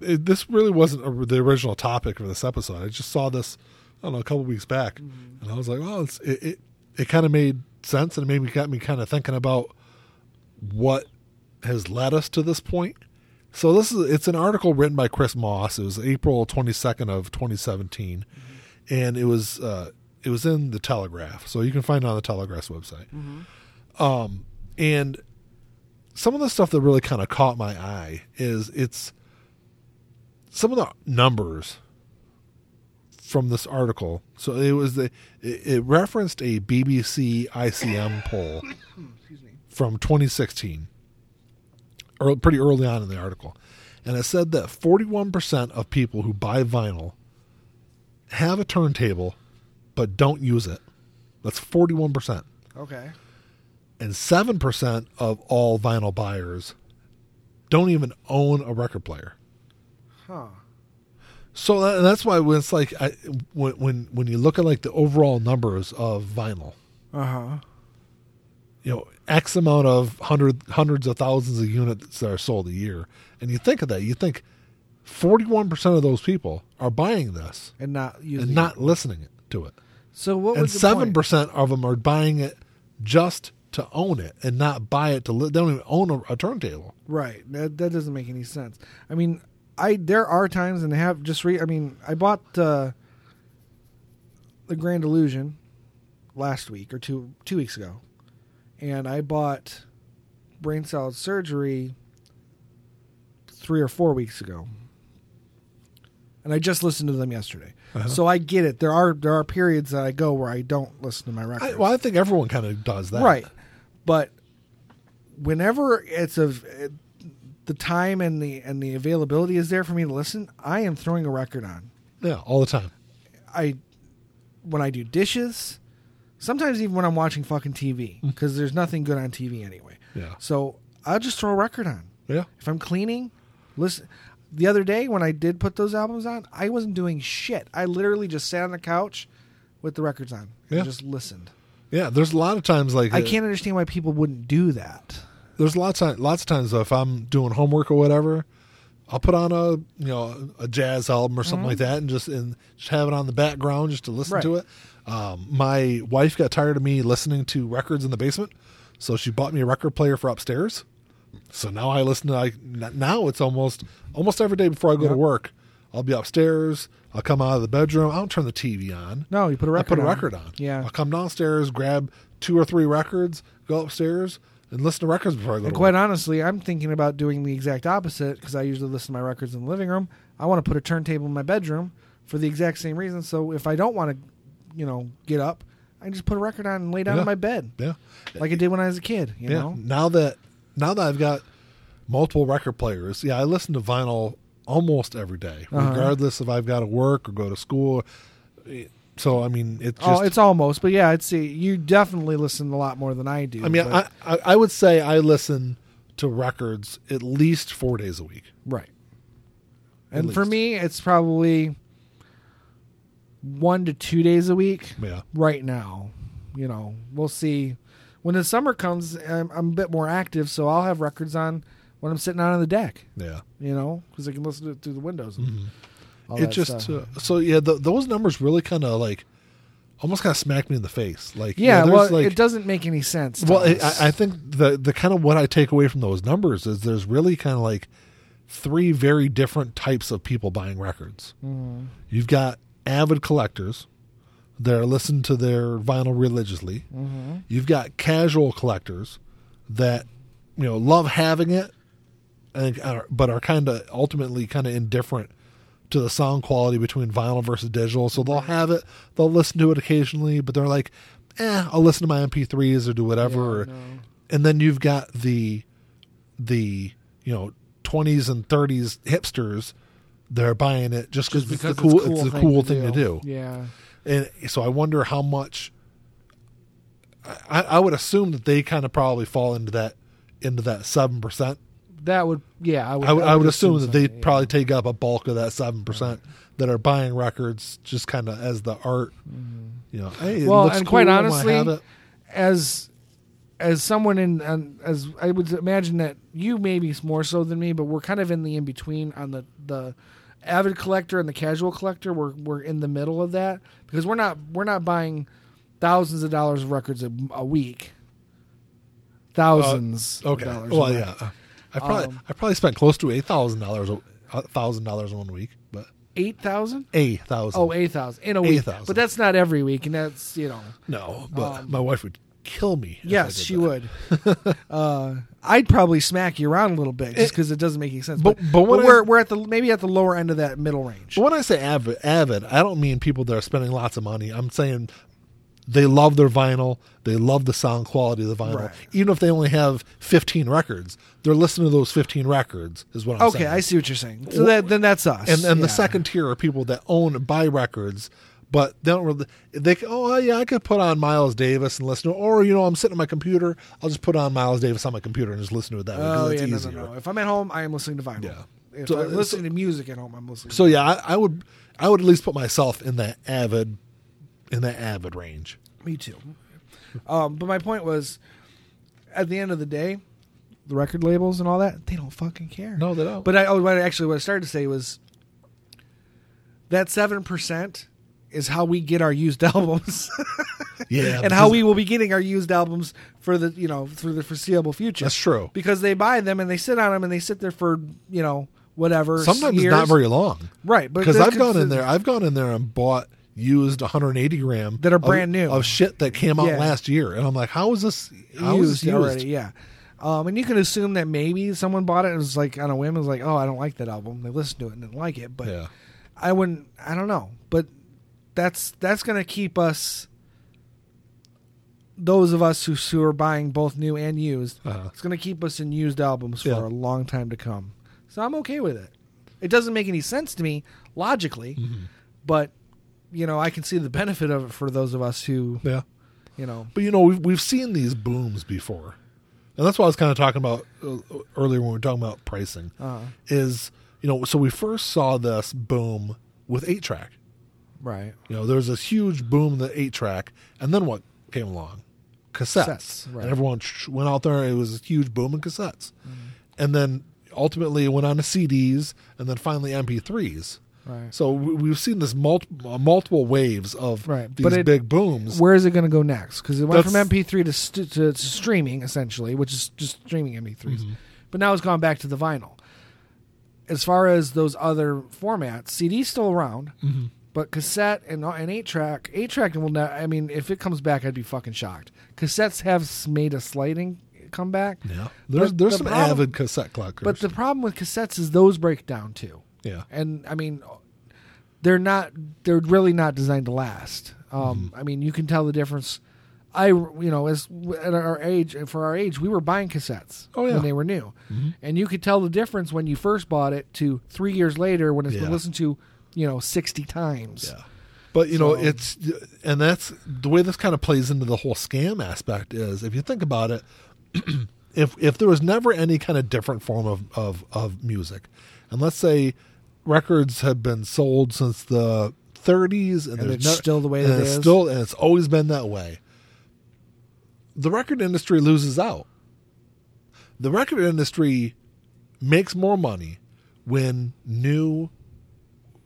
S1: it, this really wasn't a, the original topic for this episode. I just saw this, I don't know, a couple weeks back, and I was like, "Oh, it's, it it, it kind of made sense, and it maybe got me kind of thinking about what has led us to this point." So this is it's an article written by Chris Moss. It was April twenty second of twenty and it was uh, it was in the Telegraph, so you can find it on the Telegraph's website. Um, and some of the stuff that really kind of caught my eye is it's some of the numbers from this article. So it was the it, it referenced a BBC ICM poll
S2: Excuse me.
S1: from 2016, or pretty early on in the article, and it said that 41% of people who buy vinyl have a turntable but don't use it. That's 41%
S2: Okay.
S1: and 7% of all vinyl buyers don't even own a record player.
S2: Huh.
S1: So that, that's why when it's like I, when, when when you look at like the overall numbers of vinyl,
S2: Uh huh.
S1: you know, X amount of hundred hundreds of thousands of units that are sold a year, and you think of that, you think 41% of those people are buying this
S2: And not using
S1: and not listening to it.
S2: So what
S1: and
S2: was the
S1: seven
S2: point?
S1: percent of them are buying it just to own it and not buy it to li- they don't even own a, a turntable.
S2: Right. That, that doesn't make any sense. I mean, I there are times and they have just re. I mean, I bought uh, the Grand Illusion last week or two two weeks ago, and I bought Brain Salad Surgery three or four weeks ago, and I just listened to them yesterday.
S1: Uh-huh.
S2: So I get it. There are there are periods that I go where I don't listen to my records.
S1: I, well, I think everyone kind of does that,
S2: Right. But whenever it's a it- the time and the and the availability is there for me to listen, I am throwing a record on.
S1: Yeah, all the time.
S2: I when I do dishes, sometimes even when I'm watching fucking TV because there's nothing good on TV anyway.
S1: Mm. Yeah,
S2: So, I'll just throw a record on.
S1: yeah,
S2: If I'm cleaning, listen the other day when I did put those albums on, I wasn't doing shit. I literally just sat on the couch with the records on and
S1: Yeah.
S2: just listened.
S1: yeah. There's a lot of times like
S2: I can't understand why people wouldn't do that.
S1: There's lots of lots of times though, if I'm doing homework or whatever, I'll put on a you know a jazz album or something like that and just and just have it on the background just to listen
S2: Mm-hmm. Right.
S1: to it. Um, my wife got tired of me listening to records in the basement, so she bought me a record player for upstairs. So now I listen to like n- now it's almost almost every day before I go to
S2: Yep.
S1: work. I'll be upstairs. I'll come out of the bedroom. I don't turn the TV on.
S2: No, you put a
S1: I
S2: record.
S1: put a
S2: on.
S1: record on.
S2: Yeah.
S1: I'll come downstairs, grab two or three records, go upstairs, and listen to records before I go
S2: And
S1: to
S2: quite
S1: work.
S2: honestly, I'm thinking about doing the exact opposite because I usually listen to my records in the living room. I want to put a turntable in my bedroom for the exact same reason. So if I don't want to, you know, get up, I can just put a record on and lay down
S1: Yeah.
S2: in my bed
S1: Yeah,
S2: like I did when I was a kid. You
S1: yeah.
S2: know,
S1: Now that now that I've got multiple record players, yeah, I listen to vinyl almost every day,
S2: Uh-huh.
S1: regardless if I've got to work or go to school. It- So I mean, it's just
S2: oh, it's almost, but yeah, I'd say you definitely listen a lot more than I do.
S1: I mean, I,
S2: but-
S1: I I would say I listen to records at least four days a week.
S2: right. And
S1: At
S2: for
S1: least.
S2: me, it's probably one to two days a week.
S1: Yeah,
S2: right now. You know, we'll see. When the summer comes, I'm, I'm a bit more active, so I'll have records on when I'm sitting out on the deck.
S1: yeah.
S2: You know, because I can listen to it through the windows. And all
S1: it
S2: that
S1: just
S2: stuff.
S1: uh, so yeah. Th- those numbers really kind of like almost kind of smacked me in the face. Like
S2: yeah.
S1: there's,
S2: well,
S1: like,
S2: it doesn't make any sense. to
S1: Well, it,
S2: us.
S1: I, I think the the kind of what I take away from those numbers is there's really kind of like three very different types of people buying records.
S2: Mm-hmm.
S1: You've got avid collectors that are listening to their vinyl religiously. You've got casual collectors that you know love having it, and are, but are kind of ultimately kind of indifferent to the sound quality between vinyl versus digital. So they'll have it, they'll listen to it occasionally, but they're like, "Eh, I'll listen to my MP3s or do whatever." or-
S2: no.
S1: And then you've got the the you know 20s and 30s hipsters that are buying it just,
S2: Just
S1: because it's the cool, it's the cool thing to do.
S2: Yeah.
S1: And so I wonder how much. I, I would assume that they kind of probably fall into that into that seven percent.
S2: That would. Yeah. I would.
S1: I would, I would assume that they
S2: so, yeah.
S1: probably take up a bulk of that seven percent that are buying records just kind of as the art. You know, hey, it
S2: Mm-hmm. Well,
S1: looks
S2: and quite
S1: cool, I
S2: honestly,
S1: have it.
S2: as as someone in and as I would imagine that you maybe more so than me, but we're kind of in the in between on the the avid collector and the casual collector. We're we're in the middle of that because we're not we're not buying thousands of dollars of records a, a week. Thousands.
S1: Uh, okay.
S2: Of dollars
S1: Well,
S2: a
S1: yeah,
S2: week.
S1: I probably
S2: Um,
S1: I probably spent close to eight thousand dollars uh, thousand dollars one week, but
S2: Eight thousand.
S1: a thousand.
S2: Oh, eight thousand in a week.
S1: 8,000.
S2: But that's not every week, and that's you know.
S1: no, but
S2: um,
S1: my wife would kill me. if I
S2: Yes,
S1: did
S2: she
S1: that.
S2: would. uh, I'd probably smack you around a little bit just because it doesn't make any sense.
S1: Eh, But-
S2: But,
S1: but what I-
S2: we're we're at the maybe at the lower end of that middle range.
S1: When I say avid, avid, I don't mean people that are spending lots of money. I'm saying they love their vinyl. They love the sound quality of the vinyl.
S2: Right.
S1: Even if they only have 15 records, they're listening to those 15 records, is what I'm
S2: Okay,
S1: saying.
S2: I see what you're saying. So that, then that's us.
S1: And, and the
S2: Yeah.
S1: second tier are people that own and buy records, but they don't really. They can, oh yeah, I could put on Miles Davis and listen to, or you know, I'm sitting on my computer. I'll just put on Miles Davis on my computer and just listen to it that way. 'cause
S2: Oh
S1: it's
S2: yeah, no, no,
S1: easier.
S2: no. If I'm at home, I am listening to vinyl.
S1: Yeah.
S2: If
S1: So-
S2: I'm listening to music at home, I'm listening.
S1: So yeah, I, I would, I would at least put myself in that avid, in that avid range.
S2: Me too. Um, but my point was, at the end of the day, the record labels and all that, they don't fucking care.
S1: No, they don't.
S2: But I oh, what I- actually what I started to say was that seven percent is how we get our used albums,
S1: yeah,
S2: and how
S1: because-
S2: we will be getting our used albums for the you know through the foreseeable future.
S1: That's true.
S2: because they buy them and they sit on them and they sit there for you know whatever.
S1: Sometimes
S2: years.
S1: not very long.
S2: right, but
S1: Because
S2: they're
S1: I've gone in
S2: consi-
S1: there, I've gone in there and bought used 180 gram
S2: That are
S1: of-
S2: brand new.
S1: of shit that came out
S2: Yeah.
S1: last year, and I'm like, how is this? How is
S2: used,
S1: this used?
S2: already. Yeah. Um, and you can assume that maybe someone bought it and was like on a whim and was like, oh, I don't like that album. They listened to it and didn't like it, but
S1: Yeah.
S2: I wouldn't. I don't know, but that's that's gonna keep us. Those of us who who are buying both new and used,
S1: Uh-huh.
S2: it's gonna keep us in used albums for
S1: Yeah.
S2: a long time to come. So I'm okay with it. It doesn't make any sense to me logically, but you know I can see the benefit of it for those of us who
S1: Yeah.
S2: you know
S1: But you know, we've we've seen these booms before, and that's what I was kind of talking about uh, earlier when we were talking about pricing.
S2: Uh-huh.
S1: Is you know, so we first saw this boom with eight track.
S2: right
S1: You know, there was this huge boom in the eight track, and then what came along? Cassettes.
S2: Cassettes, right. Mm-hmm.
S1: And everyone sh- went out there. It was a huge boom in cassettes, and then ultimately it went on to CDs, and then finally MP3s.
S2: right.
S1: So we- we've seen this multiple multiple waves of
S2: Right,
S1: these
S2: but it-
S1: big booms.
S2: Where is it going to go next? Because it went from
S1: That's-
S2: MP3 to, st- to streaming essentially, which is just streaming MP3s.
S1: Mm-hmm.
S2: But now it's gone back to the vinyl. As far as those other formats, CD's still around,
S1: Mm-hmm.
S2: but cassette and and eight track, eight track will. Not, I mean, if it comes back, I'd be fucking shocked. Cassettes have s- made a sliding comeback.
S1: Yeah, there's there's
S2: the
S1: some
S2: problem-
S1: avid cassette collectors.
S2: But the problem with cassettes is those break down too.
S1: yeah,
S2: and I mean, they're not. They're really not designed to last.
S1: Mm-hmm.
S2: Um, I mean, you can tell the difference. I, you know, as at our age, for our age, we were buying cassettes
S1: Oh, yeah. Mm-hmm.
S2: when they were new, and you could tell the difference when you first bought it to three years later when it's
S1: Yeah.
S2: been listened to, you know, sixty times.
S1: Yeah. But you know,
S2: So-
S1: it's and that's the way this kind of plays into the whole scam aspect is if you think about it, if if there was never any kind of different form of, of, of music, and let's say records have been sold since the 30s, and, there's
S2: it's
S1: no-
S2: still the way
S1: and
S2: that it
S1: it's
S2: is.
S1: still and it's always been that way. The record industry loses out. The record industry makes more money when new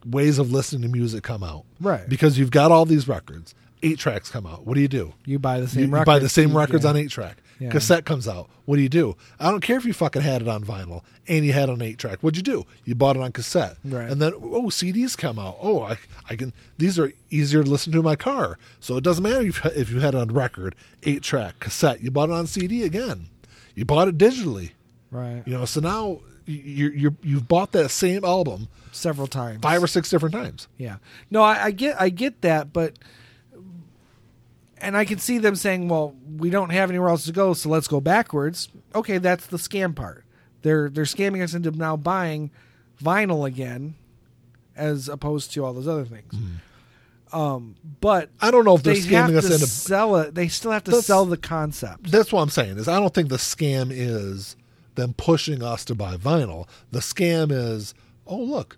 S1: ways of listening to music come out.
S2: Right.
S1: Because you've got all these records. Eight tracks come out. What do you do?
S2: You buy the
S1: You,
S2: same
S1: you
S2: record.
S1: buy the same records
S2: yeah.
S1: on eight track.
S2: Yeah.
S1: Cassette comes out. What do you do? I don't care if you fucking had it on vinyl and you had it on eight track. What'd you do? You bought it on cassette.
S2: Right.
S1: And then oh CDs come out. Oh I I can these are easier to listen to in my car. So it doesn't matter if you- if you had it on record, eight track, cassette. You bought it on CD again. You bought it digitally.
S2: right
S1: You know, so now you you you've bought that same album
S2: several times.
S1: five or six different times.
S2: Yeah. No, I, I get I get that, but and I can see them saying, "Well, we don't have anywhere else to go, so let's go backwards." Okay, that's the scam part. They're they're scamming us into now buying vinyl again, as opposed to all those other things. Um, but
S1: Hmm. I don't know if they're
S2: they have
S1: scamming us
S2: to
S1: into.
S2: sell it. They still have to
S1: That's-
S2: sell the concept.
S1: That's what I'm saying is I don't think the scam is them pushing us to buy vinyl. The scam is oh look,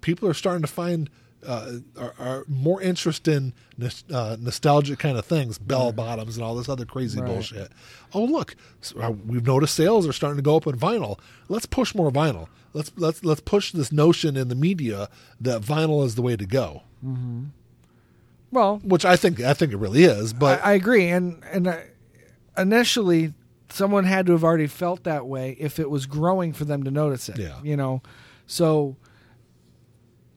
S1: people are starting to find uh, are, are more interest in nos- uh, nostalgic kind of things, bell bottoms and all this other crazy
S2: Right.
S1: bullshit. Oh look, s- uh, we've noticed sales are starting to go up in vinyl. Let's push more vinyl. Let's let's let's push this notion in the media that vinyl is the way to go,
S2: Well,
S1: which I think I think it really is. But
S2: I, I agree, and and I, initially, someone had to have already felt that way if it was growing for them to notice it.
S1: Yeah.
S2: you know, so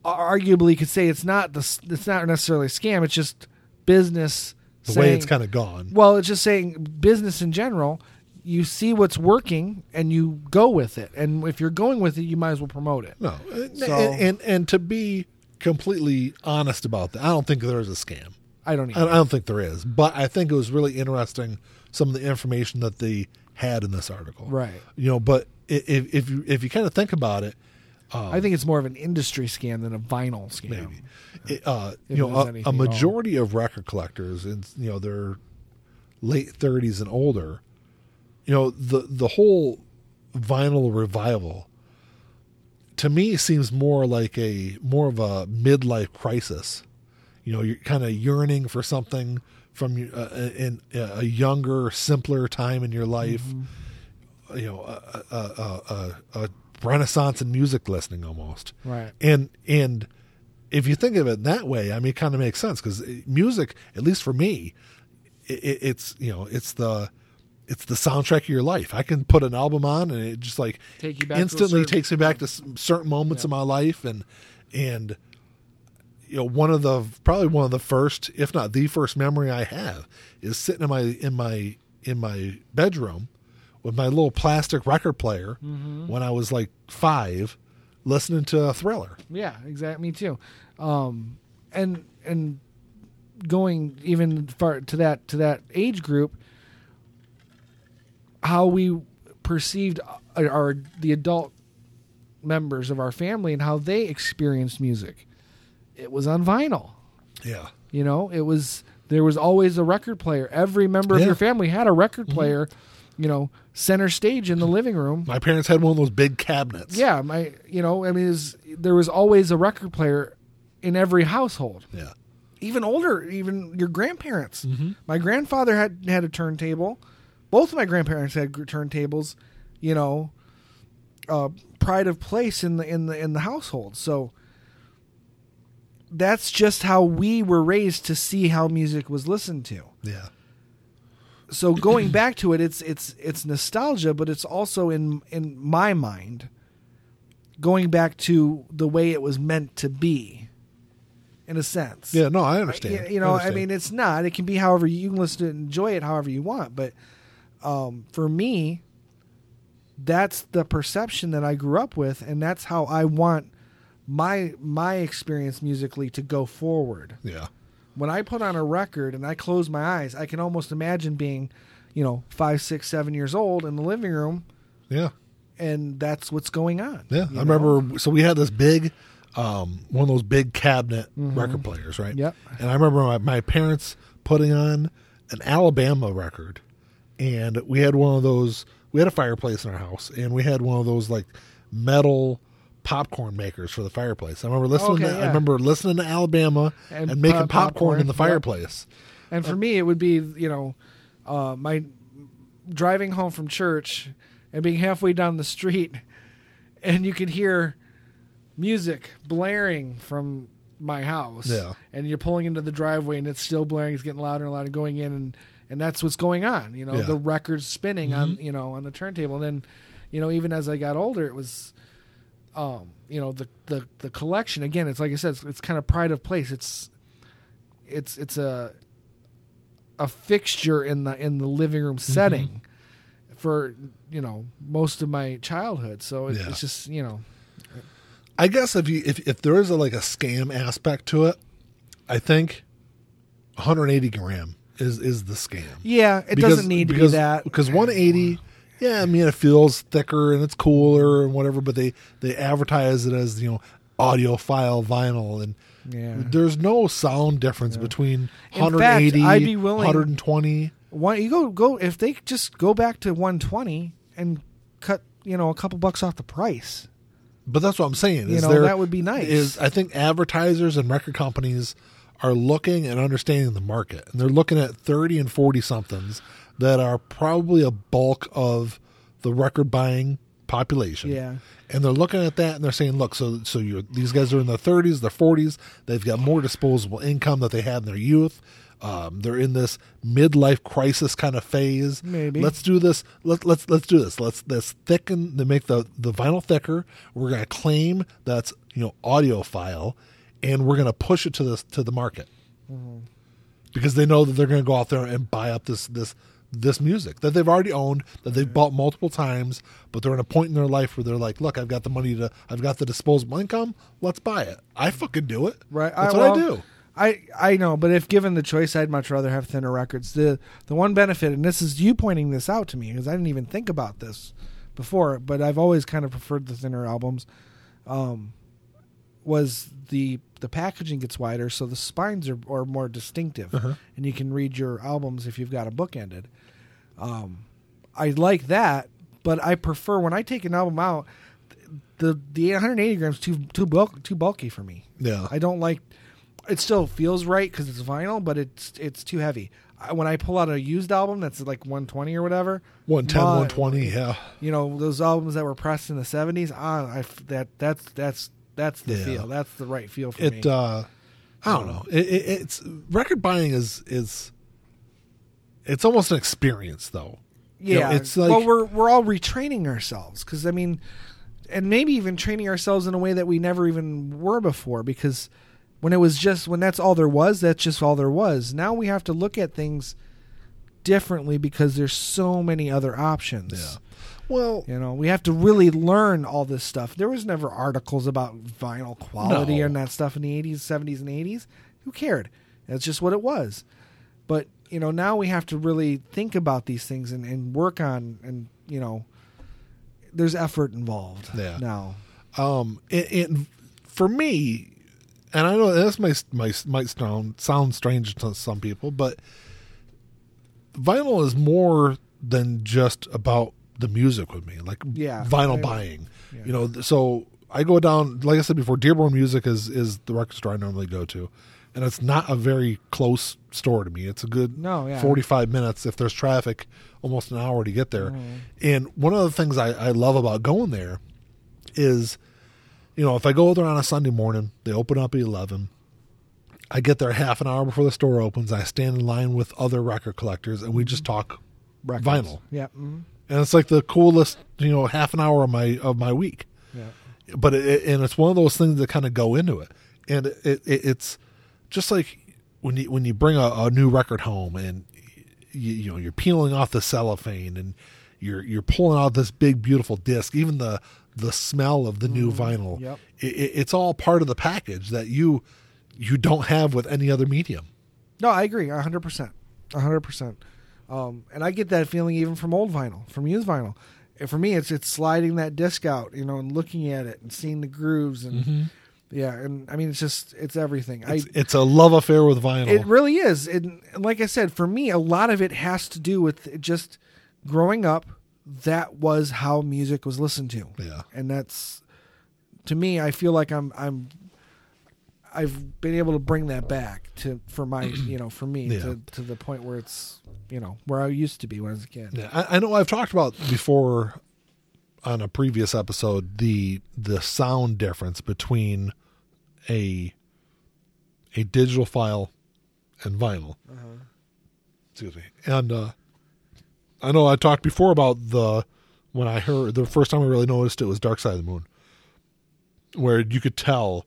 S2: ar- arguably, you could say it's not the s- it's not necessarily a scam. It's just business.
S1: the
S2: saying,
S1: way it's kind of gone.
S2: well, it's just saying business in general. You see what's working, and you go with it. And if you're going with it, you might as well promote it.
S1: No, and,
S2: So-
S1: and and to be completely honest about that, I don't think there is a scam.
S2: I don't
S1: I I
S2: even.
S1: don't think there is, but I think it was really interesting some of the information that they had in this article.
S2: Right.
S1: You know, but i- if if you if you kind of think about it,
S2: I think it's more of an industry scam than a vinyl scam.
S1: maybe it, uh, you
S2: If
S1: know
S2: it was
S1: a- a,
S2: anything at all.
S1: majority of record collectors in you know their late 30s and older, you know the the whole vinyl revival to me seems more like a more of a midlife crisis. You know, you're kind of yearning for something from your- uh, in a younger, simpler time in your life. You know, a, a, a, a, a renaissance in music listening almost.
S2: Right.
S1: And and if you think of it that way, I mean, it kind of makes sense because music, at least for me, i i it's you know it's the it's the soundtrack of your life. I can put an album on and it just like
S2: Take you back to a
S1: instantly
S2: certain-
S1: takes me back to s- certain moments of my life and and you know one of the probably one of the first if not the first memory I have is sitting in my in my in my bedroom with my little plastic record player
S2: Mm-hmm.
S1: when I was like 5 listening to Thriller.
S2: Yeah, exactly. Me too. Um, and and going even far to that to that age group, how we perceived our, our the adult members of our family and how they experienced music. It was on vinyl.
S1: Yeah.
S2: You know, it was there was always a record player. Every member
S1: Yeah.
S2: of your family had a record player. You know, center stage in the living room.
S1: My parents had one of those big cabinets.
S2: Yeah, my you know, I mean, is there was always a record player in every household.
S1: Yeah.
S2: Even older, even your grandparents. My grandfather had had a turntable. Both of my grandparents had gr- turntables. You know, uh, pride of place in the in the in the household. So that's just how we were raised to see how music was listened to
S1: Yeah.
S2: so going back to it, it's it's it's nostalgia, but it's also in in my mind going back to the way it was meant to be, in a sense.
S1: Yeah, no, I
S2: Y-
S1: understand.
S2: You know, I
S1: understand.
S2: mean, it's not. It can be however you you can listen to it, and enjoy it however you want, but um, for me, that's the perception that I grew up with, and that's how I want my my experience musically to go forward.
S1: Yeah.
S2: When I put on a record and I close my eyes, I can almost imagine being, you know, five, six, seven years old in the living room,
S1: Yeah.
S2: and that's what's going on.
S1: Yeah.
S2: you
S1: I
S2: know?
S1: remember. So we had this big, um, one of those big cabinet record players, right?
S2: Mm-hmm. Yep.
S1: And I remember my, my parents putting on an Alabama record. And we had one of those, we had a fireplace in our house, and we had one of those like metal popcorn makers for the fireplace. I remember listening
S2: Okay,
S1: to, I
S2: yeah.
S1: remember listening to Alabama and,
S2: And
S1: making
S2: pop-
S1: popcorn, in
S2: popcorn,
S1: the
S2: yep.
S1: fireplace.
S2: And for me, it would be you know, uh, my driving home from church and being halfway down the street, and you could hear music blaring from my house.
S1: Yeah.
S2: And you're pulling into the driveway, and it's still blaring. It's getting louder and louder, going in, and and that's what's going on. You know,
S1: Yeah. Mm-hmm.
S2: the records spinning on you know on the turntable, and then you know even as I got older, it was. Um, you know the, the the collection again. It's like I said, it's, it's kind of pride of place. It's it's it's a a fixture in the in the living room
S1: Mm-hmm.
S2: setting for you know most of my childhood. So it,
S1: Yeah.
S2: it's just you know
S1: I guess if you if, if there is a, like a scam aspect to it, I think 180 gram is is the scam.
S2: yeah, it doesn't need to
S1: because,
S2: be that.
S1: because 180. Yeah, I mean it feels thicker and it's cooler and whatever, but they they advertise it as you know audio file vinyl and
S2: Yeah.
S1: there's no sound difference between
S2: In fact,
S1: 180
S2: I'd be willing-
S1: 120
S2: One, you go go if they just go back to 120 and cut you know a couple bucks off the price.
S1: but that's what i'm saying
S2: You
S1: is
S2: know,
S1: there-
S2: that would be nice.
S1: is i think advertisers and record companies are looking and understanding the market and they're looking at 30 and 40 somethings that are probably a bulk of the record buying population
S2: Yeah.
S1: and they're looking at that and they're saying, "Look, so so you these guys are in their 30s, their 40s. They've got more disposable income that they had in their youth. Um, they're in this midlife crisis kind of phase.
S2: Maybe.
S1: let's do this. Let, let's let's do this. Let's let's thicken. They make the the vinyl thicker. We're gonna claim that's you know audiophile, and we're gonna push it to this to the market
S2: Mm-hmm.
S1: because they know that they're going to go out there and buy up this this this music that they've already owned that they've bought multiple times but they're in a point in their life where they're like look i've got the money to i've got the disposable income let's buy it i fucking do it
S2: Right,
S1: that's
S2: I,
S1: what i
S2: well,
S1: do
S2: I I know, but if given the choice, I'd much rather have thinner records. the The one benefit, and this is you pointing this out to me, because I didn't even think about this before, but I've always kind of preferred the thinner albums. Um, was the the packaging gets wider, so the spines are, are more distinctive,
S1: Uh-huh.
S2: and you can read your albums if you've got a bookended. Um, I like that, but I prefer when I take an album out, the the 180 grams too too bulk, too bulky for me.
S1: yeah
S2: I don't like. It still feels right because it's vinyl, but it's it's too heavy. I, when I pull out a used album that's like 120 or whatever,
S1: 110
S2: my-
S1: 120 yeah
S2: You know those albums that were pressed in the 70s. Ah, I f that that's that's that's the
S1: Yeah.
S2: feel. That's the right feel for
S1: it
S2: me.
S1: uh i don't know it, it, it's record buying is is it's almost an experience though you
S2: yeah,
S1: know, it's like
S2: well, we're we're all retraining ourselves because I mean, and maybe even training ourselves in a way that we never even were before because when it was just when that's all there was, that's just all there was. Now we have to look at things differently because there's so many other options.
S1: yeah well
S2: You know, we have to really learn all this stuff. There was never articles about vinyl quality
S1: No.
S2: and that stuff in the 80s, 70s, and 80s. Who cared? That's just what it was. But, you know, now we have to really think about these things and, and work on, and, you know, there's effort involved
S1: Yeah.
S2: now.
S1: um it, it for me and i know this might might, might sound, sound strange to some people but vinyl is more than just about the music with me like
S2: Yeah.
S1: vinyl
S2: Yeah.
S1: buying you know th- so i go down like i said before dearborn music is is the record store i normally go to and it's not a very close store to me it's a good
S2: No, yeah.
S1: 45 minutes if there's traffic almost an hour to get there
S2: Mm-hmm.
S1: and one of the things I, I love about going there is you know if i go there on a sunday morning they open up at 11 i get there half an hour before the store opens i stand in line with other record collectors and we just talk
S2: Records.
S1: vinyl
S2: Yeah. mhm,
S1: and it's like the coolest you know half an hour of my of my week
S2: yeah.
S1: but it- it, and it's one of those things that kind of go into it and it, it it's just like when you when you bring a, a new record home and you, you know you're peeling off the cellophane and you're you're pulling out this big beautiful disc even the the smell of the new vinyl
S2: Mm-hmm. yep.
S1: i- i- it's all part of the package that you you don't have with any other medium
S2: No, I agree. 100%. 100%. Um, and I get that feeling even from old vinyl, from used vinyl. And for me, it's it's sliding that disc out, you know, and looking at it and seeing the grooves. And yeah, and I mean, it's just, it's everything. I,
S1: it's, it's a love affair with vinyl
S2: It really is. And and like I said, for me, a lot of it has to do with it just growing up. That was how music was listened to.
S1: Yeah.
S2: And that's to me, I feel like I'm I'm I've been able to bring that back to for my you know for me
S1: Yeah.
S2: to, to the point where it's you know where I used to be when I was a kid.
S1: Yeah, I, I know I've talked about before on a previous episode the the sound difference between a a digital file and vinyl. Excuse me. And uh, I know I talked before about the when I heard the first time I really noticed it was Dark Side of the Moon, where you could tell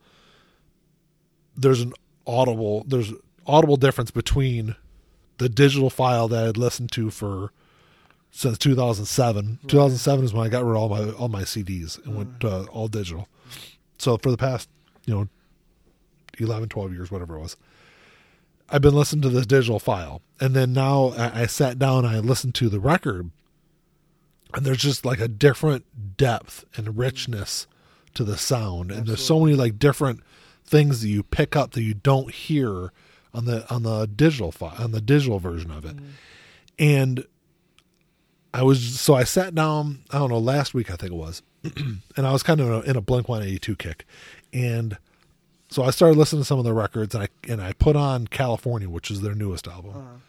S1: there's an audible there's audible difference between the digital file that I'd listened to for since 2007. 2007 is when I got rid of all my all my CDs and went uh, all digital. So for the past, you know, 11, 12 years, whatever it was, I've been listening to this digital file. And then now I, I sat down and I listened to the record, and there's just like a different depth and richness to the sound. And there's so many like different things that you pick up that you don't hear on the on the digital file on the digital version of it. And I was so I sat down. I don't know last week I think it was, and I was kind of in a, in a Blink One Eighty Two kick, and so I started listening to some of the records, and I and I put on California, which is their newest album,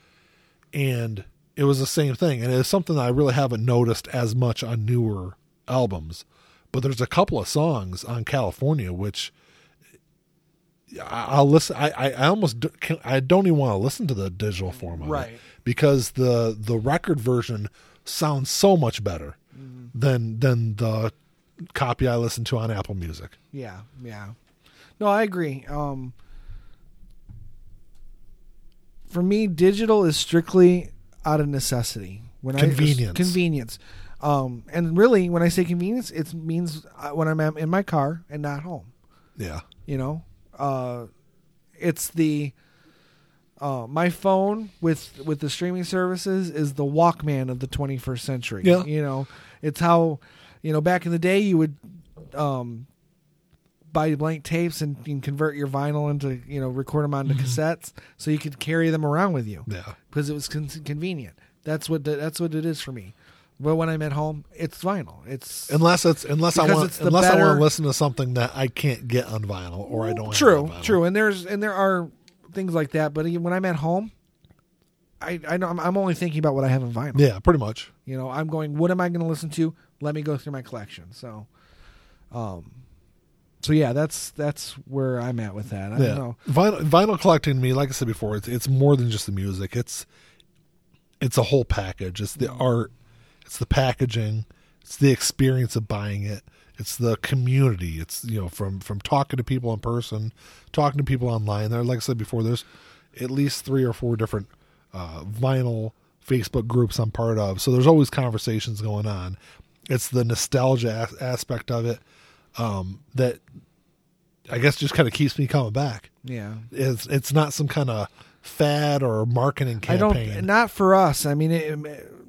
S1: and it was the same thing, and it's something that I really haven't noticed as much on newer albums, but there's a couple of songs on California which. I- I'll listen. I, I, I almost do, can, I don't even want to listen to the digital form of it
S2: Right.
S1: because the the record version sounds so much better than than the copy I listened to on Apple Music.
S2: Yeah, yeah. No, I agree. Um, for me, digital is strictly out of necessity. When I
S1: Convenience.
S2: convenience, um, and really, when I say convenience, it means uh, when I'm am- in my car and not home.
S1: Yeah,
S2: You know, uh, it's the uh, my phone with with the streaming services is the Walkman of the 21st century.
S1: Yeah.
S2: you know, it's how you know back in the day you would um, buy blank tapes and, and convert your vinyl into you know record them onto cassettes so you could carry them around with you
S1: Mm-hmm. yeah,
S2: because it was con- convenient. That's what the, that's what it is for me. But when I'm at home, it's vinyl. It's
S1: unless it's unless I
S2: Because
S1: want
S2: it's the
S1: unless I want
S2: better-
S1: to listen to something that I can't get on vinyl or I don't. have
S2: True,
S1: on vinyl.
S2: true, and there's and there are things like that. But again, when I'm at home, I I know I'm, I'm only thinking about what I have in vinyl.
S1: Yeah, pretty much.
S2: You know, I'm going. What am I going to listen to? Let me go through my collection. So, um, so yeah, that's that's where I'm at with that. I
S1: yeah,
S2: don't know.
S1: vinyl vinyl collecting to me, like I said before, it's it's more than just the music. It's it's a whole package. It's the art. It's the packaging. It's the experience of buying it. It's the community. It's you know from from talking to people in person, talking to people online. There, like I said before, there's at least three or four different uh, vinyl Facebook groups I'm part of. So there's always conversations going on. It's the nostalgia as- aspect of it um, that I guess just kind of keeps me coming back.
S2: Yeah,
S1: It's it's not some kind of fad or marketing
S2: I
S1: campaign.
S2: don't. Not for us. I mean, it,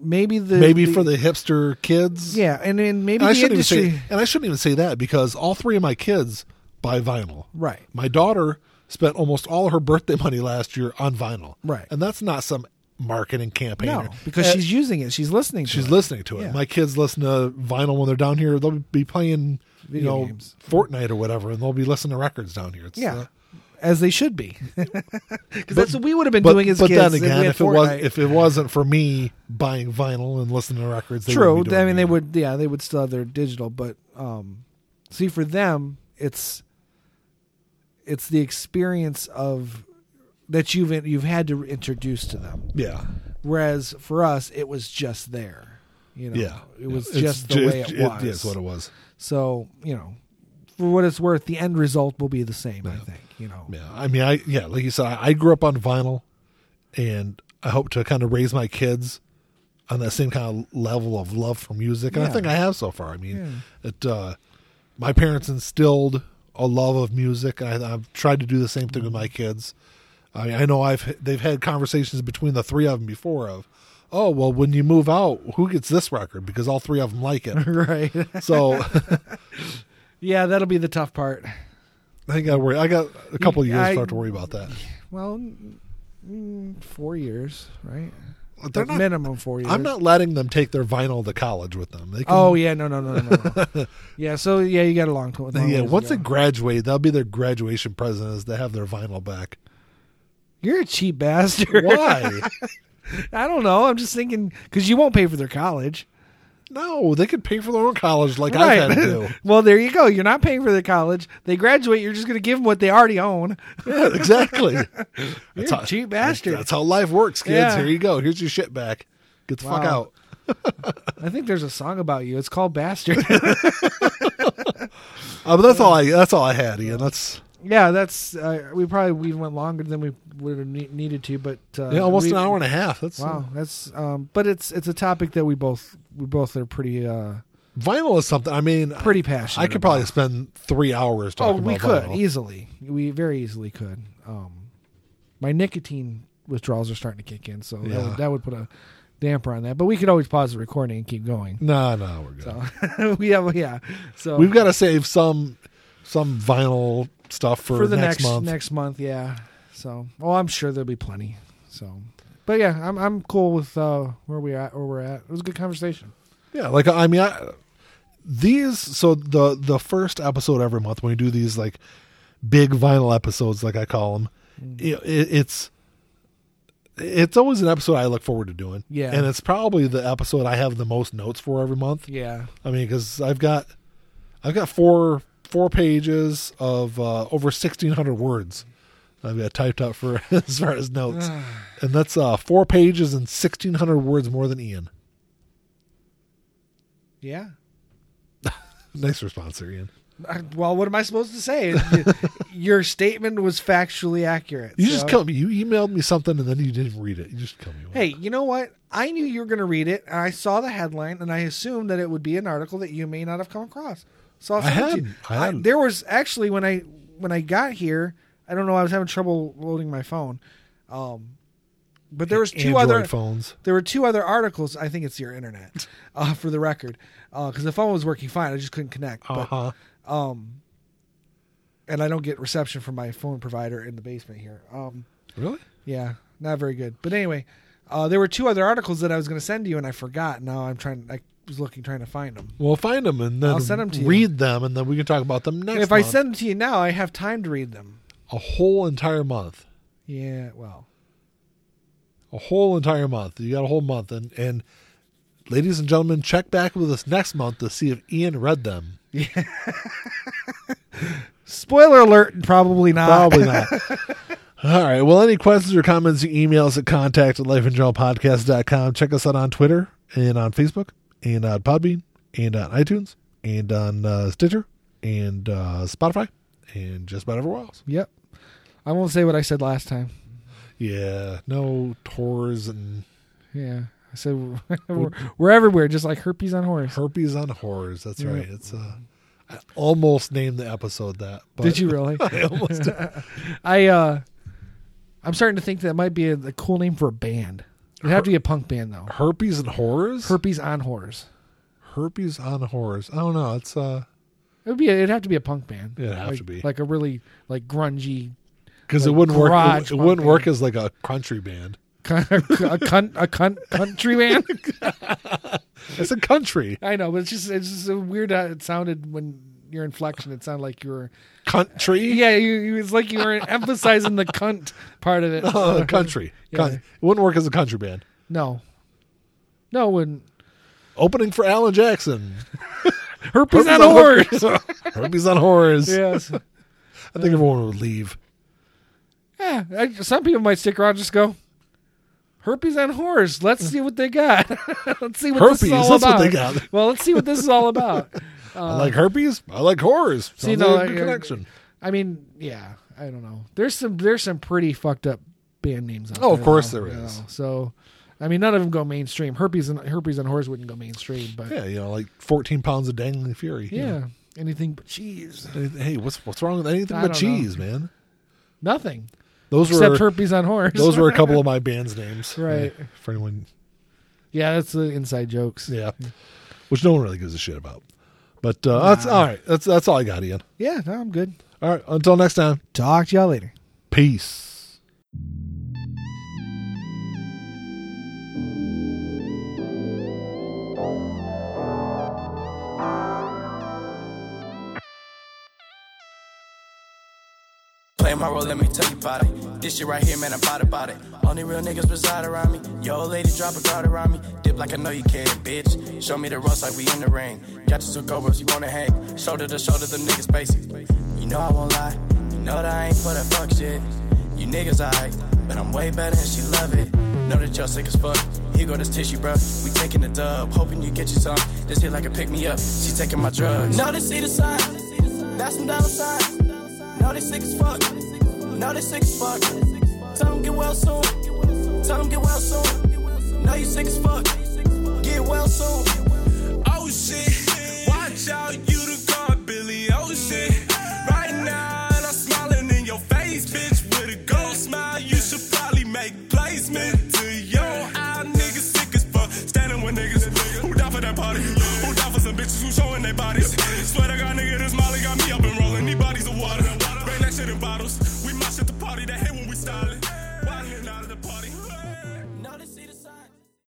S2: maybe the
S1: maybe for the hipster kids.
S2: yeah, and then maybe
S1: And I
S2: the
S1: shouldn't
S2: industry.
S1: even say, and I shouldn't even say that because all three of my kids buy vinyl.
S2: Right.
S1: My daughter spent almost all her birthday money last year on vinyl.
S2: Right.
S1: And that's not some marketing campaign.
S2: No, because
S1: Uh,
S2: she's using it. She's listening. To
S1: she's
S2: it.
S1: listening to it.
S2: Yeah.
S1: My kids listen to vinyl when they're down here. They'll be playing
S2: Video
S1: you know
S2: games.
S1: Fortnite or whatever, and they'll be listening to records down here. It's,
S2: Yeah.
S1: uh,
S2: as they should be, because that's what we would have been
S1: but,
S2: doing as
S1: but
S2: kids.
S1: then
S2: if we
S1: again,
S2: had
S1: if it was
S2: Fortnite.
S1: if it wasn't for me buying vinyl and listening to records, they
S2: True.
S1: wouldn't be doing it
S2: I mean, they
S1: either.
S2: would. Yeah, they would still have their digital, but um, see, for them, it's it's the experience of that you've you've had to introduce to them.
S1: Yeah,
S2: Whereas for us, it was just there. You know,
S1: yeah.
S2: it was
S1: It's
S2: just the
S1: ju-
S2: way it, was.
S1: It is what it was.
S2: so you know, for what it's worth, the end result will be the same. I think. You know.
S1: Yeah, I mean, I yeah, like you said, I, I grew up on vinyl, and I hope to kind of raise my kids on that same kind of level of love for music, and I
S2: Yeah.
S1: think I have so far. I mean,
S2: Yeah.
S1: it. Uh, my parents instilled a love of music. I, I've tried to do the same thing with
S2: Mm-hmm.
S1: my kids. I, I know I've they've had conversations between the three of them before of, oh well, when you move out, who gets this record? Because all three of them like it.
S2: right.
S1: So
S2: yeah, that'll be the tough part.
S1: I think I worry. I got a couple of years
S2: I-
S1: I, have to worry about that.
S2: Well, mm, four years, right?
S1: They're
S2: Like
S1: not-
S2: minimum four years.
S1: I'm not letting them take their vinyl to college with them. They can,
S2: Oh yeah, no, no, no, no. no. yeah, so yeah, you got a long. long
S1: yeah.
S2: ways to
S1: Once
S2: go.
S1: they graduate, that'll be their graduation present is to have their vinyl back.
S2: you're a cheap bastard.
S1: Why?
S2: I don't know. I'm just thinking because you won't pay for their college.
S1: no, they could pay for their own college like I've had to do.
S2: well, there you go. You're not paying for their college. They graduate. You're just going to give them what they already own.
S1: Yeah, exactly. That's
S2: You're a cheap bastard.
S1: That's how life works, kids.
S2: Yeah.
S1: Here you go. Here's your shit back. Get the fuck
S2: Wow.
S1: out.
S2: I think there's a song about you. It's called Bastard.
S1: Uh, but that's all I. That's all I had, Ian. That's
S2: yeah, that's uh, we probably we went longer than we would have ne- needed to, but uh,
S1: yeah, almost
S2: we-
S1: an hour and a half. That's
S2: Wow, that's um, but it's it's a topic that we both we both are pretty uh
S1: vinyl is something. I mean,
S2: pretty passionate.
S1: I could probably
S2: about.
S1: spend three hours
S2: Oh,
S1: talking.
S2: we could
S1: about vinyl.
S2: easily. We very easily could. Um, my nicotine withdrawals are starting to kick in, so that,
S1: Yeah.
S2: would, that would put a damper on that. But we could always pause the recording and keep going.
S1: No, no, we're good.
S2: So yeah, well, yeah. So
S1: We've got to save some some vinyl stuff for,
S2: for the
S1: next,
S2: next
S1: month.
S2: next month, yeah. So oh, I'm sure there'll be plenty. So, but yeah, I'm I'm cool with uh, where we at. Where we're at. It was a good conversation.
S1: Yeah, like I mean, I, these. So the the first episode every month when we do these like big vinyl episodes, like I call them,
S2: Mm.
S1: it, it, it's it's always an episode I look forward to doing.
S2: Yeah.
S1: and it's probably the episode I have the most notes for every month.
S2: Yeah.
S1: I mean, because I've got I've got four four pages of uh, over sixteen hundred words. I've got typed up for as far as notes, and that's uh, four pages and sixteen hundred words more than Ian.
S2: Yeah.
S1: Nice response, there, Ian.
S2: I- Well, what am I supposed to say? Your statement was factually accurate.
S1: You
S2: so-
S1: just killed me. You emailed me something and then you didn't read it. You just killed me. with
S2: Hey, you know what? I knew you were going to read it, and I saw the headline, and I assumed that it would be an article that you may not have come across. So I'll
S1: I
S2: send it to
S1: hadn't.
S2: you.
S1: I hadn't.
S2: there was actually when I when I got here, I don't know. I was having trouble loading my phone, um, but there was two
S1: Android
S2: other
S1: phones.
S2: there were two other articles. I think it's your internet, uh, for the record, because the phone was working fine. I just couldn't connect.
S1: Uh
S2: But
S1: huh.
S2: um and I don't get reception from my phone provider in the basement here. Um
S1: Really?
S2: yeah, not very good. But anyway, uh there were two other articles that I was going to send you and I forgot. Now I'm trying I was looking trying to find them.
S1: Well, find them and then
S2: I'll send 'em to you.
S1: read them and then we can talk about them next.
S2: if I
S1: month.
S2: send them to you now, I have time to read them.
S1: a whole entire month,
S2: Yeah, well.
S1: a whole entire month, you got a whole month, and and ladies and gentlemen, check back with us next month to see if Ian read them.
S2: Spoiler alert, probably not.
S1: Probably not. All right. Well, any questions or comments, you email us at contact at lifeandjournalpodcast.com. Check us out on Twitter and on Facebook and on Podbean and on iTunes and on uh, Stitcher and uh, Spotify and just about everywhere else.
S2: Yep. I won't say what I said last time.
S1: Yeah. No tours and
S2: Yeah. I said we're, we're, we're everywhere just like herpes on horse.
S1: herpes on horrors. That's
S2: Yeah.
S1: right. It's uh, I almost named the episode that. But
S2: Did you really?
S1: I almost did.
S2: I uh I'm starting to think that might be a, a cool name for a band. It'd have to be a punk band though.
S1: Herpes and horrors?
S2: Herpes on Horrors.
S1: herpes on horrors. I don't know. It's uh
S2: It would be. It'd have to be a punk band.
S1: It'd have
S2: like,
S1: to be.
S2: like a really like grungy,
S1: because it
S2: Like
S1: wouldn't work.
S2: garage
S1: It, it wouldn't
S2: punk
S1: work
S2: band.
S1: as like a country band.
S2: a cunt, a cunt, country band.
S1: It's a country.
S2: I know, but it's just it's just so weird how it sounded when your inflection. It sounded like you were.
S1: Country?
S2: Yeah, you, you, it's like you were emphasizing the cunt part of it.
S1: Uh, country. Coun-
S2: Yeah.
S1: It wouldn't work as a country band.
S2: No, no, it wouldn't.
S1: Opening for Alan Jackson.
S2: Herpes, on Horrors.
S1: horrors. herpes on horrors.
S2: yes.
S1: I think everyone would leave.
S2: Yeah, I, some people might stick around and just go, herpes on horse. Let's see what they got. let's see what
S1: Herpes,
S2: this is all
S1: that's
S2: about.
S1: what they got.
S2: Well, let's see what this is all about. Uh,
S1: I like herpes. I like horrors.
S2: see,
S1: See,
S2: no,
S1: no,
S2: I-
S1: connection.
S2: I mean, yeah, I don't know. There's some there's some pretty fucked up band names out
S1: Oh, of course
S2: though,
S1: there
S2: you
S1: is.
S2: know. So, I mean, none of them go mainstream. Herpes and Herpes and Horse wouldn't go mainstream, but yeah,
S1: Yeah, you know, like 14 pounds of dangling fury. you know.
S2: anything but cheese.
S1: Hey, what's what's wrong with anything
S2: I
S1: but
S2: don't
S1: cheese, man?
S2: Nothing
S1: Those
S2: except
S1: were
S2: Herpes on Horse.
S1: those were a couple of my band's names.
S2: Right.
S1: Yeah, for anyone,
S2: yeah, that's the inside jokes.
S1: yeah, which no one really gives a shit about. But uh, that's all right. That's that's all I got, Ian.
S2: yeah no, I'm good.
S1: All right. Until next time.
S2: Talk to y'all later.
S1: Peace.
S3: Play my role, let me tell you about it. This shit right here, man, I'm about about it. Only real niggas reside around me. Yo, lady, drop a guard around me. Dip like I know you can, bitch. Show me the ropes like we in the ring. Got you two cobras, you wanna hang. Shoulder to shoulder, the niggas basic. You know I won't lie. You know that I ain't for that fuck shit. You niggas alright, but I'm way better and she love it. Know that y'all sick as fuck. Here go this tissue, bro. We taking the dub, hoping you get you some. This hit like a pick me up. She taking my drugs. Know they see the sign. That's some dollar signs. No, they sick as fuck. No, they sick as fuck. Tell 'em get well soon. Tell 'em get well soon. No, you sick as fuck.